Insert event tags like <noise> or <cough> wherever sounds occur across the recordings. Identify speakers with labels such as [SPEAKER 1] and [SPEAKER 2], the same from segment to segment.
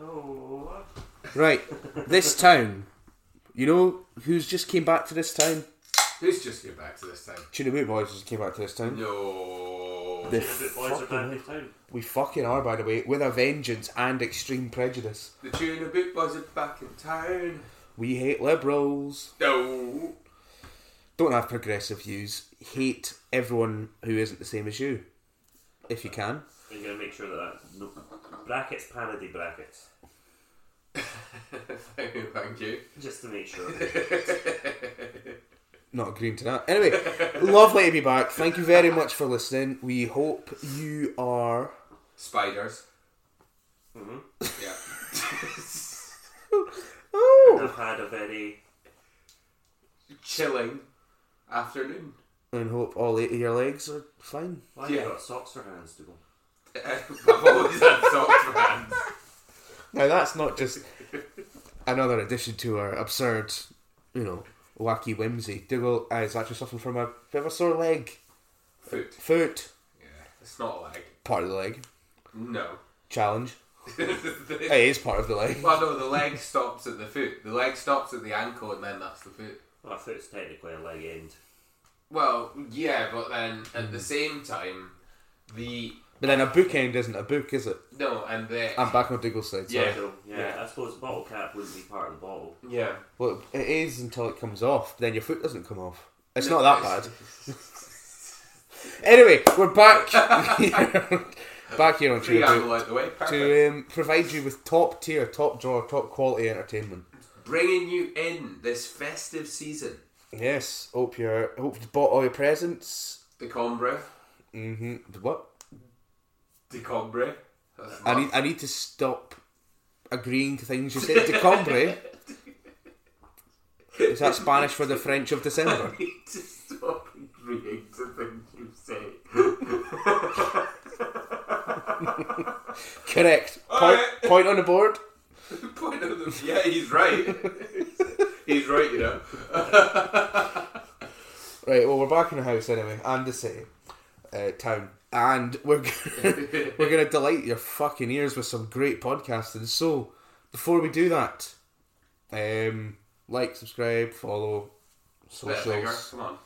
[SPEAKER 1] Oh!
[SPEAKER 2] Right, this town. You know who's just came back to this town?
[SPEAKER 1] Who's just get back to this time?
[SPEAKER 2] Chinamu Boys just came back to this town.
[SPEAKER 1] No.
[SPEAKER 2] The
[SPEAKER 3] Chinamu boys are
[SPEAKER 2] fucking-
[SPEAKER 3] back in town.
[SPEAKER 2] we fucking are, by the way, with a vengeance and extreme prejudice.
[SPEAKER 1] The tuna boot boys are back in town.
[SPEAKER 2] We hate liberals.
[SPEAKER 1] No. <laughs>
[SPEAKER 2] don't have progressive views, hate everyone who isn't the same as you, if you can.
[SPEAKER 3] We're going to make sure that that's no brackets, parody brackets,
[SPEAKER 1] Thank you.
[SPEAKER 3] just to make sure.
[SPEAKER 2] Not agreeing to that. Anyway, lovely to be back. Thank you very much for listening. We hope you are.
[SPEAKER 1] Spiders. Mm-hmm.
[SPEAKER 3] Mhm.
[SPEAKER 1] Yeah. <laughs>
[SPEAKER 2] Oh!
[SPEAKER 3] I've had a very
[SPEAKER 1] Chilling afternoon. <laughs>
[SPEAKER 2] And hope all eight of your legs are fine.
[SPEAKER 3] why
[SPEAKER 1] Yeah.
[SPEAKER 3] you got socks for hands, Dougal?
[SPEAKER 1] I've always had socks for hands.
[SPEAKER 2] Now, that's not just another addition to our absurd, you know, wacky whimsy. Dougal uh, is actually suffering from a bit of a sore leg,
[SPEAKER 1] Foot.
[SPEAKER 2] foot,
[SPEAKER 1] Yeah. It's not a leg.
[SPEAKER 2] part of the leg.
[SPEAKER 1] No. <laughs>
[SPEAKER 2] Challenge. It is part of the leg.
[SPEAKER 1] well, no, the leg stops at the foot. The leg stops at the ankle and then that's the foot.
[SPEAKER 3] Well, I thought it's technically a leg end.
[SPEAKER 1] Well, yeah, but then at
[SPEAKER 2] Hmm.
[SPEAKER 1] the same time, the.
[SPEAKER 2] But then a bookend isn't a book, is it?
[SPEAKER 1] No, and the.
[SPEAKER 2] I'm back on Dougal's side. Sorry.
[SPEAKER 1] Yeah.
[SPEAKER 3] So, yeah,
[SPEAKER 1] Yeah.
[SPEAKER 3] I suppose bottle cap wouldn't be part of the bottle.
[SPEAKER 1] yeah.
[SPEAKER 2] Well, it is until it comes off. Then your foot doesn't come off. It's not that bad. <laughs> Anyway, we're back <laughs> here, back here on Twitter
[SPEAKER 1] Preamble out the way. Perfect.
[SPEAKER 2] to um, provide you with top tier, top drawer, top quality entertainment.
[SPEAKER 1] Bringing you in this festive season.
[SPEAKER 2] Yes, hope you are hope you bought all your presents.
[SPEAKER 1] The Combra.
[SPEAKER 2] hmm What?
[SPEAKER 1] The Combra. That's
[SPEAKER 2] I
[SPEAKER 1] <laughs>
[SPEAKER 2] need I need to stop agreeing to things you said. Decombre. Is that Spanish for the French of December?
[SPEAKER 1] I need to stop agreeing to things you say.
[SPEAKER 2] Correct. Point,
[SPEAKER 1] Alright.
[SPEAKER 2] point on the board.
[SPEAKER 1] Point of the, yeah, he's right. <laughs> he's right, you know.
[SPEAKER 2] Right, well, we're back in the house anyway, and the city, uh, town, and we're gonna, <laughs> we're gonna delight your fucking ears with some great podcasting. So, before we do that, um, like, subscribe, follow,
[SPEAKER 1] Bit of vigour,
[SPEAKER 2] socials.
[SPEAKER 1] Come on.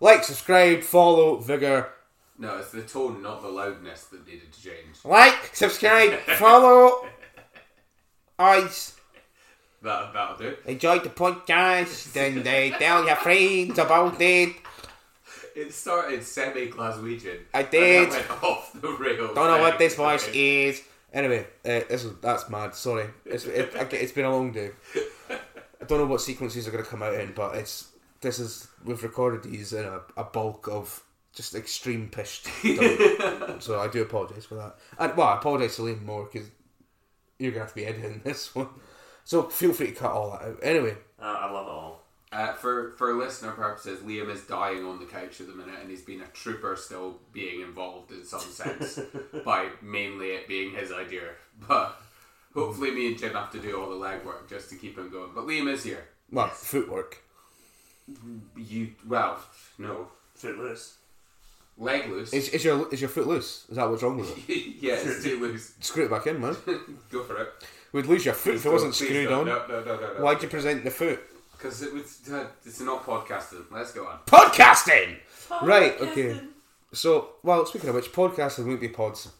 [SPEAKER 2] Like, subscribe, follow, vigor.
[SPEAKER 1] No, it's the tone, not the loudness, that needed to change.
[SPEAKER 2] Like, subscribe, follow. Eyes.
[SPEAKER 1] That that'll do.
[SPEAKER 2] Enjoy the podcast, and uh, tell your friends about it.
[SPEAKER 1] It started semi Glaswegian.
[SPEAKER 2] I did.
[SPEAKER 1] And then went off the rails.
[SPEAKER 2] Don't know what this voice is. Anyway, uh, this is, that's mad. Sorry, it's, it, I get- it's been a long day. I don't know what sequences are going to come out in, but it's this is we've recorded these in a, a bulk of just extreme <laughs> pish. dump. so I do apologise for that. And well, I apologise to Liam more because you're going to have to be editing <laughs> this one. So feel free to cut all that out. Anyway,
[SPEAKER 3] Uh, I love it all.
[SPEAKER 1] Uh, for for listener purposes, Liam is dying on the couch at the minute, and he's been a trooper, still being involved in some sense by mainly it being his idea. But hopefully, me and Jim have to do all the legwork just to keep him going. But Liam is here.
[SPEAKER 2] well, footwork.
[SPEAKER 1] You well, no
[SPEAKER 3] Footloose.
[SPEAKER 1] leg loose.
[SPEAKER 2] Is, is your is your foot loose? Is that what's wrong with it?
[SPEAKER 1] <laughs> yeah, it's too loose. <laughs>
[SPEAKER 2] Screw it back in, man.
[SPEAKER 1] Go for it.
[SPEAKER 2] We'd lose your foot if it
[SPEAKER 1] Go,
[SPEAKER 2] wasn't
[SPEAKER 1] please
[SPEAKER 2] screwed
[SPEAKER 1] go.
[SPEAKER 2] on.
[SPEAKER 1] No, no, no, no. no.
[SPEAKER 2] Why'd you present the foot?
[SPEAKER 1] Because it was. Uh, it's not podcasting. Let's go on.
[SPEAKER 2] podcasting. Right. Okay. So, well, speaking of which, podcasting won't be pods.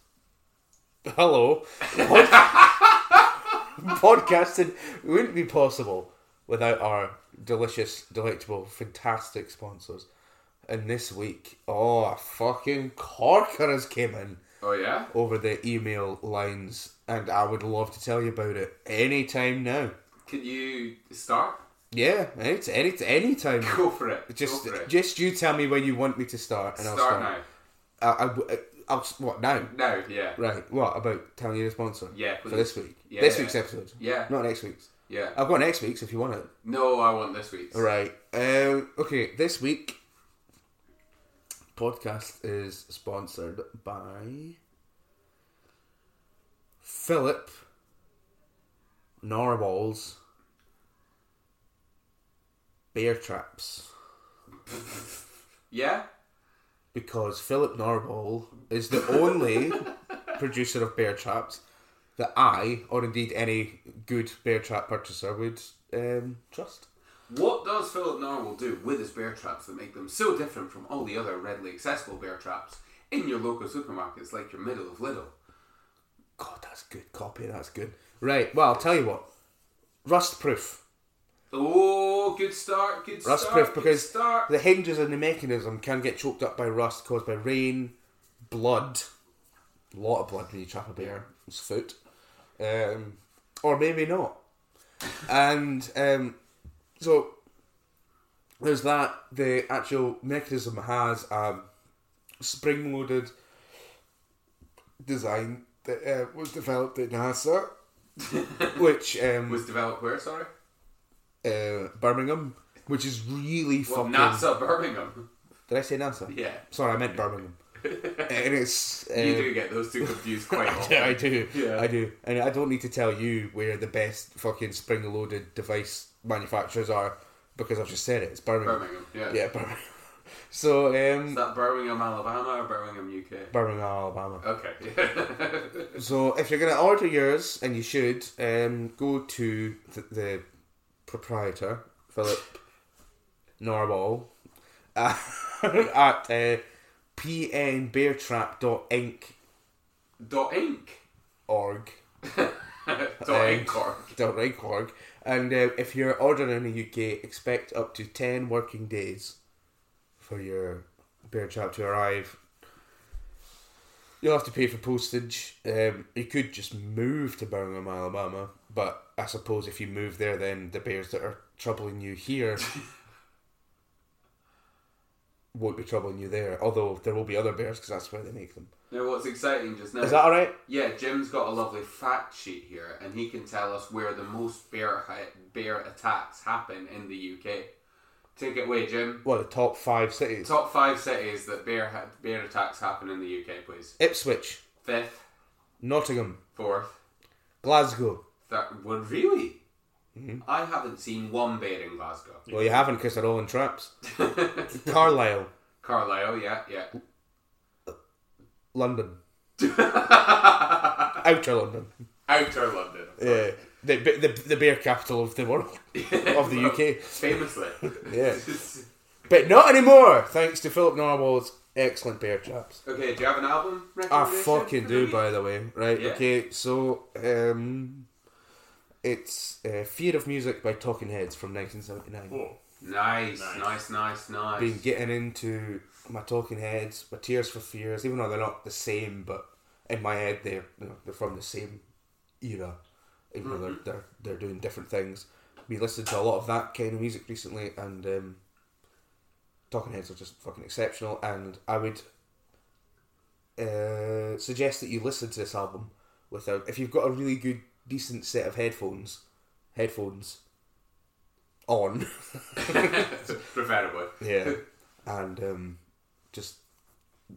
[SPEAKER 2] Hello. Pod- <laughs> podcasting wouldn't be possible without our delicious, delectable, fantastic sponsors. And this week, oh, a fucking corker has came in
[SPEAKER 1] Oh yeah.
[SPEAKER 2] over the email lines, and I would love to tell you about it any time now.
[SPEAKER 1] Can you start? <laughs>
[SPEAKER 2] Yeah, any any any time.
[SPEAKER 1] Go for it.
[SPEAKER 2] Just,
[SPEAKER 1] Go for it.
[SPEAKER 2] just you tell me where you want me to start, and
[SPEAKER 1] start,
[SPEAKER 2] I'll
[SPEAKER 1] now.
[SPEAKER 2] start. I, I, I, I'll, s- what now?
[SPEAKER 1] No, yeah.
[SPEAKER 2] Right. What about telling you the sponsor?
[SPEAKER 1] Yeah,
[SPEAKER 2] For
[SPEAKER 1] please.
[SPEAKER 2] this week.
[SPEAKER 1] Yeah,
[SPEAKER 2] this
[SPEAKER 1] yeah.
[SPEAKER 2] week's episode.
[SPEAKER 1] Yeah.
[SPEAKER 2] Not next week's.
[SPEAKER 1] Yeah.
[SPEAKER 2] I've got next week's if you want it.
[SPEAKER 1] No, I want this week's.
[SPEAKER 2] Right. Um, okay. This week podcast is sponsored by Philip Norwal's Bear Traps.
[SPEAKER 1] Yeah?
[SPEAKER 2] because Philip Norwell is the only producer of bear traps that I, or indeed any good bear trap purchaser would um, trust.
[SPEAKER 1] What does Philip Norwell do with his bear traps that make them so different from all the other readily accessible bear traps in your local supermarkets, like your middle of Lidl?
[SPEAKER 2] God, that's good copy. That's good. Right. Well, I'll tell you what. Rust proof.
[SPEAKER 1] Oh, good start, good
[SPEAKER 2] Rust
[SPEAKER 1] start,
[SPEAKER 2] proof
[SPEAKER 1] good
[SPEAKER 2] because
[SPEAKER 1] start.
[SPEAKER 2] the hinges and the mechanism can get choked up by rust caused by rain, blood, a lot of blood when you trap a bear's foot, um, or maybe not. and um, so there's that. The actual mechanism has a spring-loaded design that uh, was developed at
[SPEAKER 1] <laughs>
[SPEAKER 2] NASA, which um,
[SPEAKER 1] was developed where? Sorry,
[SPEAKER 2] uh, Birmingham, which is really
[SPEAKER 1] well,
[SPEAKER 2] fucking.
[SPEAKER 1] NASA Birmingham. <laughs>
[SPEAKER 2] Did I say NASA?
[SPEAKER 1] Yeah,
[SPEAKER 2] Sorry, I meant
[SPEAKER 1] <laughs>
[SPEAKER 2] Birmingham. and it's. Uh,
[SPEAKER 1] you do get those
[SPEAKER 2] <laughs>
[SPEAKER 1] two confused quite often.
[SPEAKER 2] I do.
[SPEAKER 1] Yeah.
[SPEAKER 2] I do. And I don't need to tell you where the best fucking spring loaded device manufacturers are because I've just said it. It's Birmingham.
[SPEAKER 1] Birmingham, yeah.
[SPEAKER 2] Yeah, Birmingham. <laughs> So,
[SPEAKER 1] Is
[SPEAKER 2] um,
[SPEAKER 1] that Birmingham, Alabama, or Birmingham, UK?
[SPEAKER 2] Birmingham, Alabama.
[SPEAKER 1] Okay. <laughs>
[SPEAKER 2] So if you're going to order yours, and you should, um, go to th- the proprietor,
[SPEAKER 1] <laughs>
[SPEAKER 2] Philip <laughs> Norwell, uh, at uh, pnbeartrap.inc.org.
[SPEAKER 1] Dot Inc. Dot Inc. Cork.
[SPEAKER 2] Dot right org. And uh, if you're ordering in the UK, expect up to 10 working days for your bear trap to arrive. You'll have to pay for postage. Um, you could just move to Birmingham, Alabama, but I suppose if you move there, then the bears that are troubling you <laughs> here won't be troubling you there. Although there will be other bears because that's where they make them.
[SPEAKER 1] Now, what's exciting just now?
[SPEAKER 2] Is that alright?
[SPEAKER 1] Yeah, Jim's got a lovely fact sheet here, and he can tell us where the most bear hi- bear attacks happen in the UK. Take it away, Jim.
[SPEAKER 2] Well, the top five cities
[SPEAKER 1] Top five cities that bear ha- bear attacks happen in the UK, please.
[SPEAKER 2] Ipswich,
[SPEAKER 1] Fifth,
[SPEAKER 2] Nottingham,
[SPEAKER 1] fourth,
[SPEAKER 2] Glasgow.
[SPEAKER 1] third. Well, really,
[SPEAKER 2] Mm-hmm.
[SPEAKER 1] I haven't seen one bear
[SPEAKER 2] <laughs>
[SPEAKER 1] in Glasgow.
[SPEAKER 2] Well, you haven't because they're all in traps. Carlisle, <laughs>
[SPEAKER 1] Carlisle, yeah, yeah.
[SPEAKER 2] London, outer London.
[SPEAKER 1] Outer London.
[SPEAKER 2] Yeah, the, the the bear capital of the world <laughs> of the UK.
[SPEAKER 1] <laughs> Famously.
[SPEAKER 2] Yeah. But not anymore, thanks to Philip Norwell's excellent bear traps.
[SPEAKER 1] <laughs> okay, do you have an album
[SPEAKER 2] I
[SPEAKER 1] recommendation?
[SPEAKER 2] fucking do, by the way. Right?
[SPEAKER 1] Yeah.
[SPEAKER 2] Okay. So, um, it's uh, "Fear of Music" by Talking Heads from 1979.
[SPEAKER 3] Oh,
[SPEAKER 1] Nice,
[SPEAKER 3] Nice.
[SPEAKER 1] nice, nice, nice.
[SPEAKER 2] Been getting into my Talking Heads, my Tears for Fears, even though they're not the same, but in my head they're you know, they're from the same era, even though they're, they're they're doing different things. We listened to a lot of that kind of music recently, and um, Talking Heads are just fucking exceptional. And I would uh, suggest that you listen to this album without if you've got a really good decent set of headphones, headphones on. <laughs>
[SPEAKER 1] <laughs> Preferably.
[SPEAKER 2] Yeah, <laughs> and um, just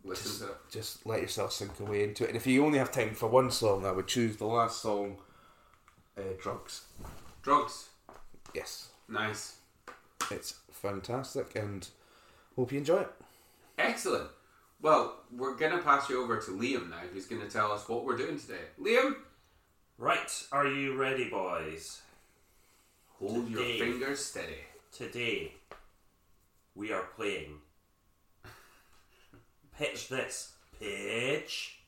[SPEAKER 1] Listen to it.
[SPEAKER 2] just let yourself sink away into it. And if you only have time for one song, I would choose the last song, uh, "Drugs."
[SPEAKER 1] Drugs.
[SPEAKER 2] Yes,
[SPEAKER 1] Nice.
[SPEAKER 2] it's fantastic, and hope you enjoy it.
[SPEAKER 1] Excellent. Well, we're going to pass you over to Liam now, who's going to tell us what we're doing today. Liam,
[SPEAKER 3] Right, are you ready, boys?
[SPEAKER 1] hold your
[SPEAKER 3] Today.
[SPEAKER 1] fingers steady.
[SPEAKER 3] Today, we are playing. Pitch this. Pitch.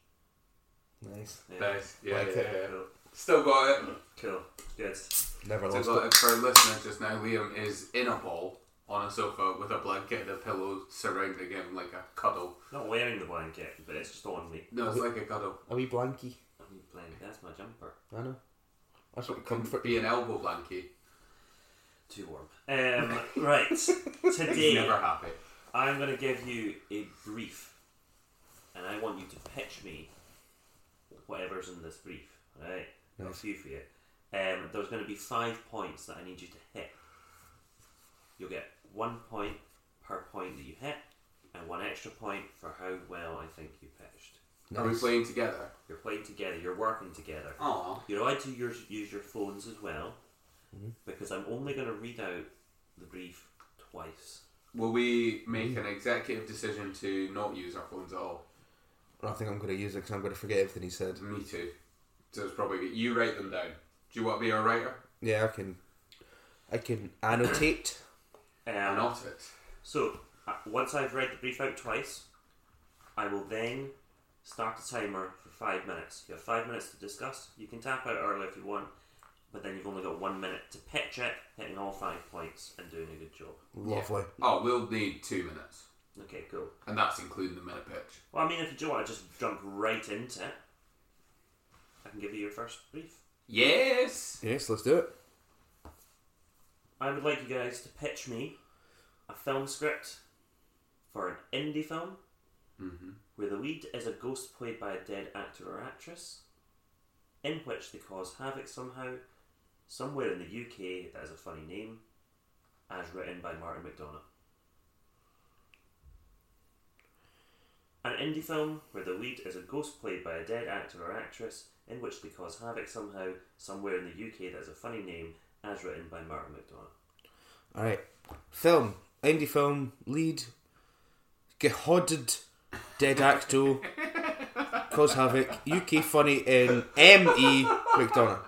[SPEAKER 2] Nice,
[SPEAKER 1] Nice. Yeah,
[SPEAKER 2] Like
[SPEAKER 1] yeah,
[SPEAKER 2] it.
[SPEAKER 1] yeah.
[SPEAKER 3] Cool.
[SPEAKER 1] Still got it.
[SPEAKER 3] Cool. Good.
[SPEAKER 2] never
[SPEAKER 1] Still
[SPEAKER 2] lost
[SPEAKER 1] got
[SPEAKER 2] it.
[SPEAKER 1] it. For listeners just now, Liam is in a ball on a sofa with a blanket and a pillow surrounding him like a cuddle.
[SPEAKER 3] Not wearing the blanket, but it's just on me.
[SPEAKER 1] No, it's like a cuddle.
[SPEAKER 2] Are we blanky?
[SPEAKER 3] I'm playing. That's my jumper.
[SPEAKER 2] I know. I just want
[SPEAKER 1] Comfort.
[SPEAKER 2] comfort.
[SPEAKER 1] Be an elbow blanket.
[SPEAKER 3] Too warm. Um, right.
[SPEAKER 1] He's
[SPEAKER 3] Today,
[SPEAKER 1] never happy.
[SPEAKER 3] I'm going to give you a brief, and I want you to pitch me whatever's in this brief. Right? A
[SPEAKER 2] Nice.
[SPEAKER 3] few for you. Um, there's going to be five points that I need you to hit. You'll get one point per point that you hit, and one extra point for how well I think you pitched.
[SPEAKER 1] Are we
[SPEAKER 2] Nice.
[SPEAKER 1] playing together?
[SPEAKER 3] You're playing together. You're working together.
[SPEAKER 1] Aw.
[SPEAKER 3] You're allowed to use, use your phones as well, because I'm only going to read out the brief twice.
[SPEAKER 1] Will we make an executive decision to not use our phones at all?
[SPEAKER 2] I think I'm going to use it because I'm going to forget everything he said.
[SPEAKER 1] Me too. So it's probably you write them down. Do you want to be a writer?
[SPEAKER 2] Yeah, I can. I can annotate.
[SPEAKER 1] I
[SPEAKER 3] Um,
[SPEAKER 1] not it.
[SPEAKER 3] so uh, once I've read the brief out twice, I will then start a timer for five minutes. You have five minutes to discuss. You can tap out early if you want, but then you've only got one minute to pitch it, hitting all five points and doing a good job.
[SPEAKER 2] Lovely.
[SPEAKER 1] Oh, we'll need two minutes,
[SPEAKER 3] Okay, cool.
[SPEAKER 1] and that's including the minute pitch.
[SPEAKER 3] Well, I mean, if you do want to just jump right into it, I can give you your first brief.
[SPEAKER 1] Yes.
[SPEAKER 2] Yes, let's do it.
[SPEAKER 3] I would like you guys to pitch me a film script for an indie film where the lead is a ghost played by a dead actor or actress, in which they cause havoc somehow, somewhere in the UK that is a funny name, as written by Martin McDonough. An indie film where the lead is a ghost played by a dead actor or actress, in which they cause havoc somehow, somewhere in the UK that is a funny name, as written by Martin McDonough.
[SPEAKER 2] All right. Film. Indie film. Lead. Gehodded. Dead acto. Cause havoc. UK funny in M E McDonough.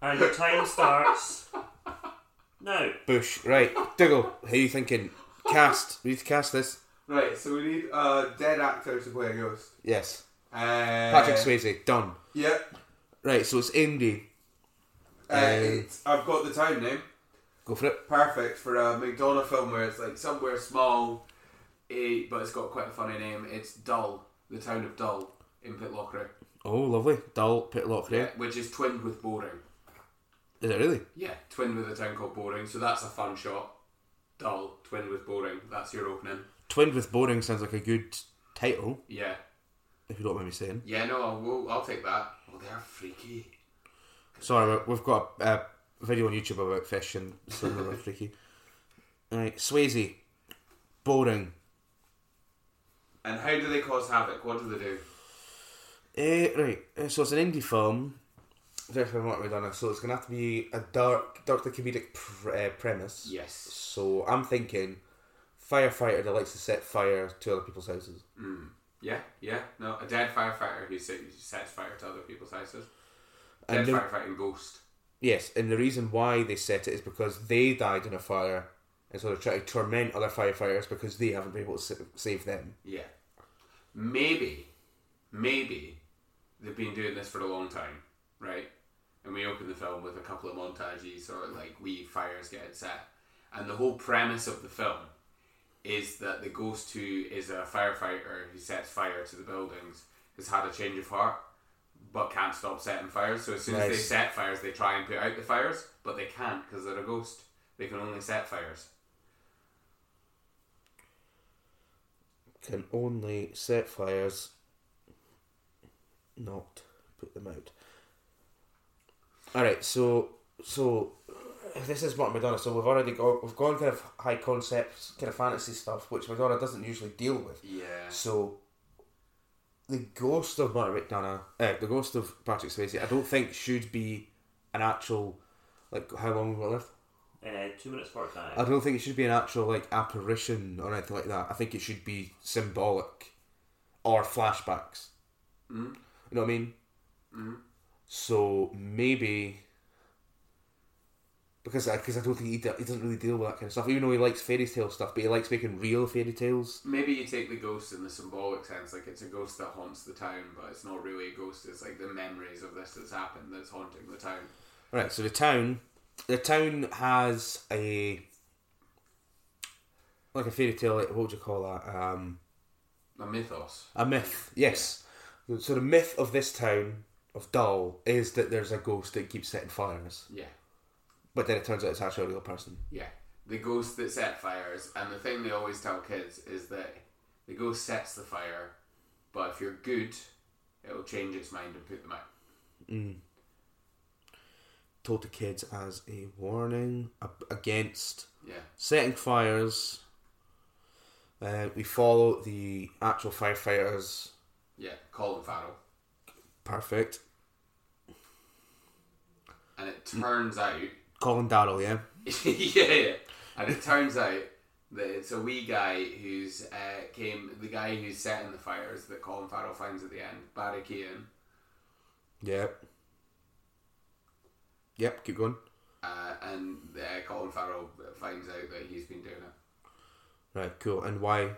[SPEAKER 3] And your time starts now.
[SPEAKER 2] Bush. Right. Diggle. How you thinking? Cast. We need to cast this.
[SPEAKER 1] Right. So we need a dead actor to play a ghost.
[SPEAKER 2] Yes.
[SPEAKER 1] Uh,
[SPEAKER 2] Patrick Swayze. Done.
[SPEAKER 1] Yep.
[SPEAKER 2] Right. So it's indie.
[SPEAKER 1] Uh,
[SPEAKER 2] Uh,
[SPEAKER 1] it's- I've got the town name.
[SPEAKER 2] Go for it.
[SPEAKER 1] Perfect for a McDonough film where it's like somewhere small, eh, but it's got quite a funny name. It's Dull, the town of Dull in Pitlochry,
[SPEAKER 2] Oh, lovely. Dull. Pitlock. Yeah.
[SPEAKER 1] which is twinned with Boring.
[SPEAKER 2] Is it really?
[SPEAKER 1] Yeah, twinned with a town called Boring, so that's a fun shot. Dull, twinned with Boring. That's your opening.
[SPEAKER 2] Twinned with boring sounds like a good title.
[SPEAKER 1] Yeah,
[SPEAKER 2] If you don't mind me saying.
[SPEAKER 1] yeah, no, I'll, we'll- I'll take that. Oh, they're freaky.
[SPEAKER 2] Sorry, we- we've got a, a video on YouTube about fish and some of freaky. Right, Swayze, boring.
[SPEAKER 1] And how do they cause havoc? What do they do?
[SPEAKER 2] Eh, right, eh, so it's an indie film. Definitely not Madonna, so it's gonna have to be a dark, darkly comedic pr- uh, premise.
[SPEAKER 1] Yes.
[SPEAKER 2] So I'm thinking, firefighter that likes to set fire to other people's houses.
[SPEAKER 1] Yeah, yeah. No, a dead firefighter who set- sets fire to other people's houses. Dead
[SPEAKER 2] And the-
[SPEAKER 1] firefighting ghost.
[SPEAKER 2] Yes, and the reason why they set it is because they died in a fire, and so they're trying to torment other firefighters because they haven't been able to sa- save them.
[SPEAKER 1] Yeah. Maybe, maybe they've been doing this for a long time, right? And we open the film with a couple of montages or like wee fires getting set. And the whole premise of the film is that the ghost who is a firefighter who sets fire to the buildings has had a change of heart but can't stop setting fires. So as soon as they
[SPEAKER 2] Nice.
[SPEAKER 1] set fires, they try and put out the fires, but they can't because they're a ghost. They can only set fires.
[SPEAKER 2] can only set fires, not put them out. All right, so so this is Martin Madonna. So we've already got we've gone kind of high concepts, kind of fantasy stuff, which Madonna doesn't usually deal with.
[SPEAKER 1] Yeah.
[SPEAKER 2] So the ghost of Martin McDonough, uh, the ghost of Patrick Swayze, I don't think should be an actual like how long we've got left.
[SPEAKER 3] Uh, two minutes forty-five.
[SPEAKER 2] I don't think it should be an actual like apparition or anything like that. I think it should be symbolic or flashbacks. You know what I mean? So maybe because because I don't think he, de- he doesn't really deal with that kind of stuff. Even though he likes fairy tale stuff, but he likes making real fairy tales.
[SPEAKER 1] Maybe you take the ghost in the symbolic sense, like it's a ghost that haunts the town, but it's not really a ghost. It's like the memories of this that's happened that's haunting the town.
[SPEAKER 2] All right. So the town, the town has a like a fairy tale. Like, what would you call that? Um,
[SPEAKER 1] A mythos.
[SPEAKER 2] A myth, yes. So the myth of this town of Dull is that there's a ghost that keeps setting fires,
[SPEAKER 1] Yeah,
[SPEAKER 2] but then it turns out it's actually a real person.
[SPEAKER 1] yeah. The ghost that set fires, and the thing they always tell kids is that the ghost sets the fire, but if you're good, it'll change its mind and put them out.
[SPEAKER 2] Told to kids as a warning ab- against
[SPEAKER 1] Yeah,
[SPEAKER 2] setting fires. Uh, we follow the actual firefighters.
[SPEAKER 1] yeah. Colin Farrell,
[SPEAKER 2] Perfect.
[SPEAKER 1] and it turns out
[SPEAKER 2] Colin Darrell, yeah.
[SPEAKER 1] <laughs> yeah, and it turns out that it's a wee guy who's uh, came the guy who's setting the fires that Colin Farrell finds at the end, Barry Keane,
[SPEAKER 2] Yeah. Yep, keep going.
[SPEAKER 1] uh, and uh, Colin Farrell finds out that he's been doing it.
[SPEAKER 2] Right, cool. And why?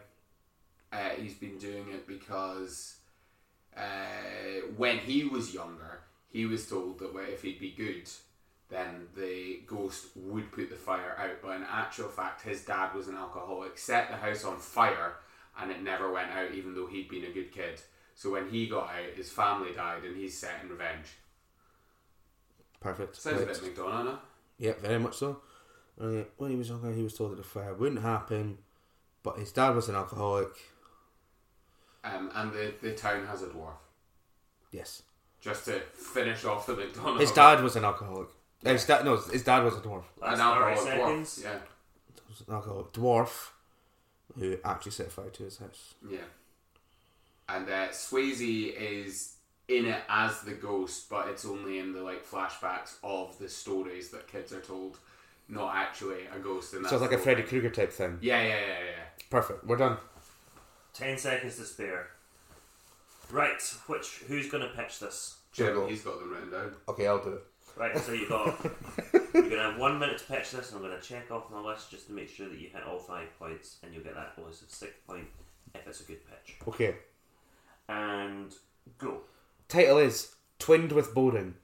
[SPEAKER 1] Uh, he's been doing it because uh, when he was younger, he was told that well, if he'd be good, then the ghost would put the fire out. But in actual fact, his dad was an alcoholic, set the house on fire, and it never went out, even though he'd been a good kid. So when he got out, his family died, and he's set in revenge.
[SPEAKER 2] Perfect.
[SPEAKER 1] Sounds a
[SPEAKER 2] Right.
[SPEAKER 1] bit McDonough, no?
[SPEAKER 2] Yep, very much so. Uh, when he was younger, he was told that the fire wouldn't happen, but his dad was an alcoholic.
[SPEAKER 1] Um, and the, the town has a dwarf.
[SPEAKER 2] Yes.
[SPEAKER 1] Just to finish off the McDonough.
[SPEAKER 2] His dad was an alcoholic. Uh, His dad, no, his dad was a dwarf.
[SPEAKER 3] Last
[SPEAKER 1] an alcoholic
[SPEAKER 3] 30 seconds.
[SPEAKER 1] dwarf. Yeah,
[SPEAKER 2] was an alcoholic dwarf who actually set fire to his house.
[SPEAKER 1] yeah. And uh, Swayze is in it as the ghost, but it's only in the like flashbacks of the stories that kids are told, not actually a ghost. And
[SPEAKER 2] So it's
[SPEAKER 1] that's
[SPEAKER 2] like a
[SPEAKER 1] the-
[SPEAKER 2] Freddy Krueger type thing.
[SPEAKER 1] Yeah, yeah, yeah, yeah.
[SPEAKER 2] Perfect. We're done.
[SPEAKER 3] Ten seconds to spare. Right, which who's going to pitch this?
[SPEAKER 1] Jim,
[SPEAKER 2] Jiggle.
[SPEAKER 1] he's got them written down.
[SPEAKER 2] Okay, I'll do it.
[SPEAKER 3] Right, so you've got you're gonna have one minute to pitch this, and I'm gonna check off my list just to make sure that you hit all five points, and you'll get that bonus of six point if it's a good pitch.
[SPEAKER 2] Okay.
[SPEAKER 3] And go.
[SPEAKER 2] Title is Twinned with Boring.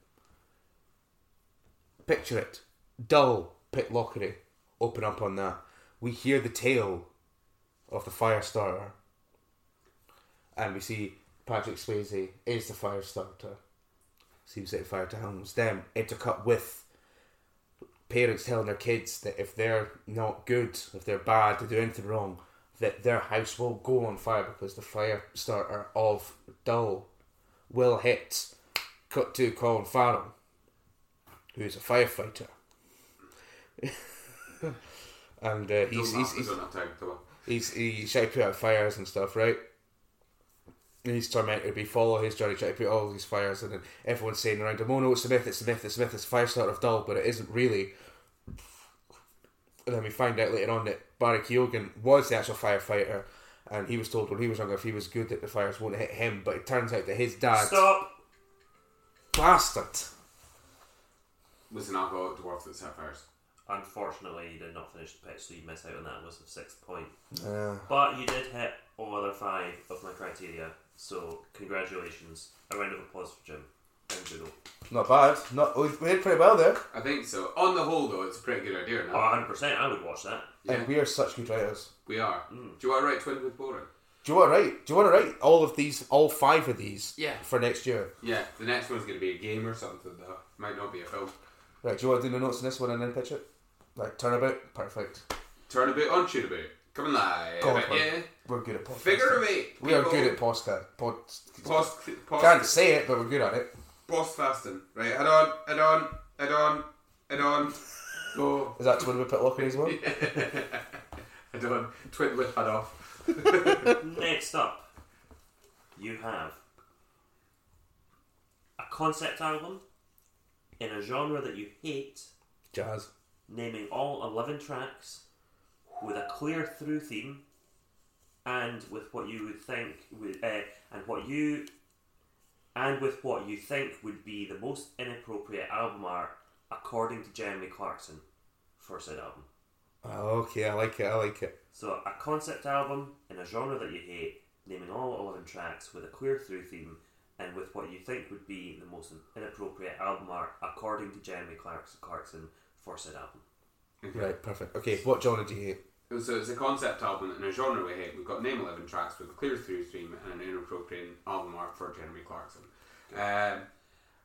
[SPEAKER 2] Picture it. Dull pitlockery. Open up on that. We hear the tale of the fire starter. And we see Patrick Swayze is the fire starter. Seems set fire to Helm's Dam. Intercut with parents telling their kids that if they're not good, if they're bad, they do anything wrong, that their house will go on fire because the fire starter of Dull will hit cut to Colin Farrell, who is a firefighter. <laughs> and uh, he's,
[SPEAKER 1] Don't
[SPEAKER 2] he's,
[SPEAKER 1] laugh, we
[SPEAKER 2] he's,
[SPEAKER 1] don't have time. Come on.
[SPEAKER 2] he's he trying to put out fires and stuff, right? And he's tormented. We follow his journey, trying to put all these fires, in, and then everyone's saying around him, "Oh no, it's a myth! It's a myth! It's a myth! It's a fire starter of dull, but it isn't really." And then we find out later on that Barry Keoghan was the actual firefighter, and he was told when he was younger if he was good that the fires won't hit him. But it turns out that his dad,
[SPEAKER 3] Stop.
[SPEAKER 2] bastard,
[SPEAKER 1] Was an alcoholic dwarf that set fires.
[SPEAKER 3] Unfortunately, you did not finish the pitch, so you miss out on that bonus of six point.
[SPEAKER 2] uh,
[SPEAKER 3] But you did hit all other five of my criteria, so congratulations. A round of applause for Jim and Google.
[SPEAKER 2] not bad. Not we did pretty well there,
[SPEAKER 1] I think so. On the whole, though, it's a pretty good idea.
[SPEAKER 3] Oh,
[SPEAKER 2] Ah.
[SPEAKER 1] Now
[SPEAKER 3] 100%, I would watch that.
[SPEAKER 1] Yeah.
[SPEAKER 2] and we are such good writers.
[SPEAKER 1] we are.
[SPEAKER 2] Hmm.
[SPEAKER 1] Do you want to write twin with boring?
[SPEAKER 2] Do you want to write? Do you want to write all of these, all five of these,
[SPEAKER 1] Yeah.
[SPEAKER 2] for next year?
[SPEAKER 1] Yeah. The next one's going to be a game or something, though. Might not be a film.
[SPEAKER 2] Right, do you want to do the notes on this one and then pitch it? Like turnabout, perfect.
[SPEAKER 1] Turnabout on shootabout. Coming live.
[SPEAKER 2] Go on,
[SPEAKER 1] yeah.
[SPEAKER 2] We're good at podcast.
[SPEAKER 1] Figure of eight.
[SPEAKER 2] We are
[SPEAKER 1] people.
[SPEAKER 2] good at podcast. Pod,
[SPEAKER 1] Post, post,
[SPEAKER 2] can't say it, but we're good at it.
[SPEAKER 1] post fasting. Right, head on, head on, head on, head on. Go.
[SPEAKER 2] Is that when we put lock in as well?
[SPEAKER 1] <laughs> Head on. Twin with head off.
[SPEAKER 3] Next up, you have a concept album in a genre that you hate,
[SPEAKER 2] Jazz.
[SPEAKER 3] naming all 11 tracks with a clear through theme and with what you would think would, uh, and what you and with what you think would be the most inappropriate album art according to Jeremy Clarkson for said album.
[SPEAKER 2] Okay, I like it. I like it.
[SPEAKER 3] So, a concept album in a genre that you hate, naming all 11 tracks with a clear through theme and with what you think would be the most inappropriate album art according to Jeremy Clarks- Clarkson for said album.
[SPEAKER 2] Right, perfect. Okay, what genre do you hate?
[SPEAKER 1] <laughs> So it's a concept album in a genre we hate. We've got name 11 tracks with a clear through stream and an inappropriate album art for Jeremy Clarkson. Um,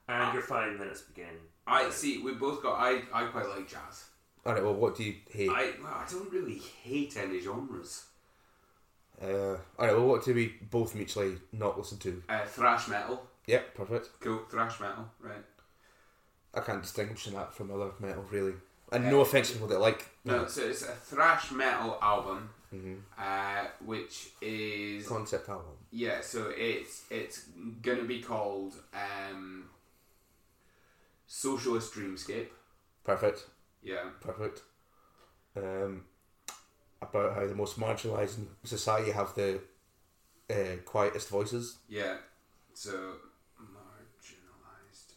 [SPEAKER 3] And your five minutes begin.
[SPEAKER 1] I see, we both got, I, I quite like jazz.
[SPEAKER 2] All right, well, what do you hate?
[SPEAKER 1] I, well, I don't really hate any genres.
[SPEAKER 2] Uh, all right, well, what do we both mutually not listen to?
[SPEAKER 1] Uh, thrash metal.
[SPEAKER 2] Yep, perfect.
[SPEAKER 1] Cool, thrash metal, right.
[SPEAKER 2] I can't distinguish that from other metal, really. And no offense to people that like
[SPEAKER 1] No, so it's a thrash metal album, uh, which is
[SPEAKER 2] concept album.
[SPEAKER 1] yeah. So it's it's gonna be called um, Socialist Dreamscape.
[SPEAKER 2] Perfect.
[SPEAKER 1] Yeah,
[SPEAKER 2] perfect. Um, about how the most marginalised in society have the uh, quietest voices.
[SPEAKER 1] yeah. So marginalized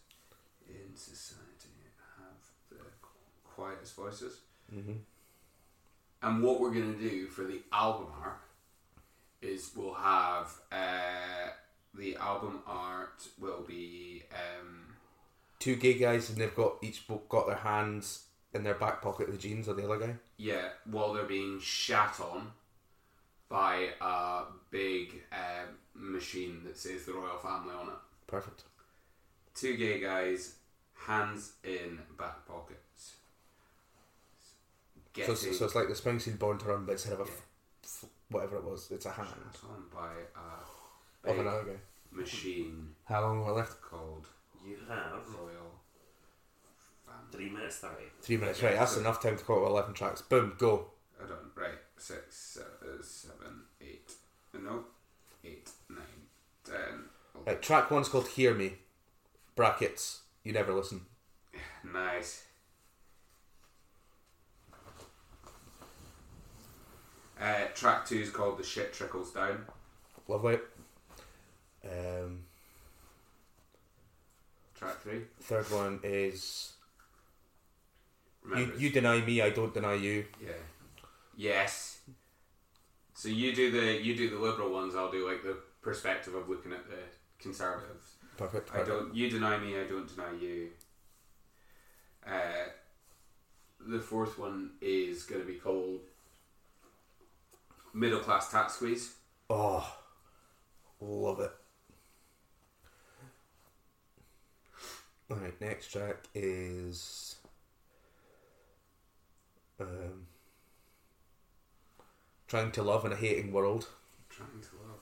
[SPEAKER 1] in society have quietest voices.
[SPEAKER 2] Mhm.
[SPEAKER 1] And what we're gonna do for the album art is we'll have uh, the album art will be um,
[SPEAKER 2] Two gay guys and they've got each bo- got their hands in their back pocket of the jeans of the other guy.
[SPEAKER 1] yeah while they're being shat on by a big uh, machine that says the royal family on it.
[SPEAKER 2] Perfect.
[SPEAKER 1] Two gay guys, hands in back pockets.
[SPEAKER 2] So
[SPEAKER 1] Getting
[SPEAKER 2] it's, so it's like the spring scene born to run, but instead of a f- f- whatever it was, it's a hand
[SPEAKER 1] shat on by a
[SPEAKER 2] of
[SPEAKER 1] big
[SPEAKER 2] another guy.
[SPEAKER 1] machine
[SPEAKER 2] How long were left?
[SPEAKER 1] called
[SPEAKER 3] You have
[SPEAKER 1] Royal Family.
[SPEAKER 3] three minutes thirty.
[SPEAKER 2] Three minutes, right? That's enough time to call it eleven tracks. Boom, go.
[SPEAKER 1] I don't right. Six, seven, seven, eight. No, eight, nine, ten.
[SPEAKER 2] Right, track one's called "Hear Me," brackets. You never listen.
[SPEAKER 1] Nice. Uh, track two is called "The Shit Trickles Down."
[SPEAKER 2] Lovely. Um,
[SPEAKER 1] Track three.
[SPEAKER 2] third one is you,
[SPEAKER 1] Remember,
[SPEAKER 2] "You Deny Me, I Don't Deny You."
[SPEAKER 1] it's- yeah. Yes. So you do the you do the liberal ones. I'll do like the perspective of looking at the conservatives.
[SPEAKER 2] Perfect.
[SPEAKER 1] I
[SPEAKER 2] perfect.
[SPEAKER 1] don't. You deny me. I don't deny you. Uh, the fourth one is going to be called middle class tax squeeze.
[SPEAKER 2] Oh, love it. All right, next track is um, "Trying to Love in a Hating World."
[SPEAKER 1] Trying to love.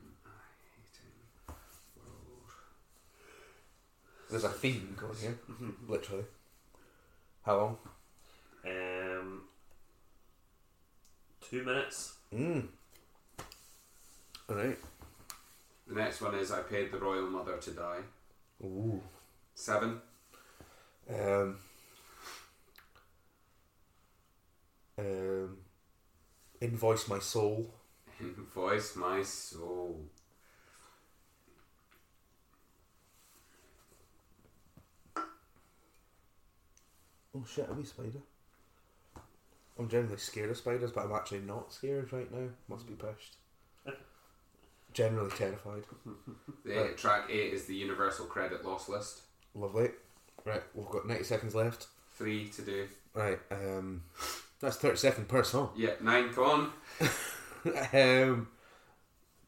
[SPEAKER 1] an I-hating world.
[SPEAKER 2] There's a theme going
[SPEAKER 1] <laughs>
[SPEAKER 2] here, literally. How long?
[SPEAKER 3] Um, two minutes.
[SPEAKER 2] Mm. All right.
[SPEAKER 1] The next one is I paid the royal mother to die.
[SPEAKER 2] Ooh.
[SPEAKER 1] Seven.
[SPEAKER 2] Um, um, invoice my soul.
[SPEAKER 1] <laughs> Voice my soul.
[SPEAKER 2] Oh shit, are we spider? I'm generally scared of spiders, but I'm actually not scared right now. Must be <laughs> pushed. generally terrified.
[SPEAKER 1] The
[SPEAKER 2] Right.
[SPEAKER 1] track eight is the universal credit loss list.
[SPEAKER 2] Lovely. Right, we've got 90 seconds left.
[SPEAKER 1] Three to do.
[SPEAKER 2] Right, um, that's 30 second per song. <laughs>
[SPEAKER 1] Yeah, nine. Come on.
[SPEAKER 2] um,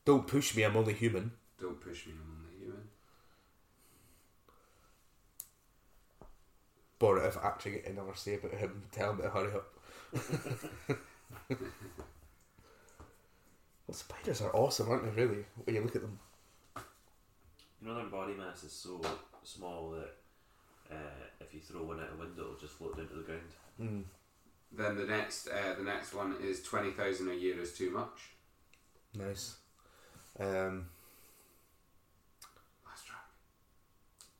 [SPEAKER 2] don't push me, I'm only human.
[SPEAKER 1] Don't push me. I'm only human.
[SPEAKER 2] Borat if I actually get another say about him, tell him to hurry up. <laughs> well, spiders are awesome, aren't they, really? When you look at them.
[SPEAKER 3] You know their body mass is so small that uh, if you throw one out a window, it'll just float down to the ground.
[SPEAKER 2] Mm.
[SPEAKER 1] Then the next, uh, the next one is twenty thousand a year is too much.
[SPEAKER 2] Nice. Um,
[SPEAKER 1] Last track.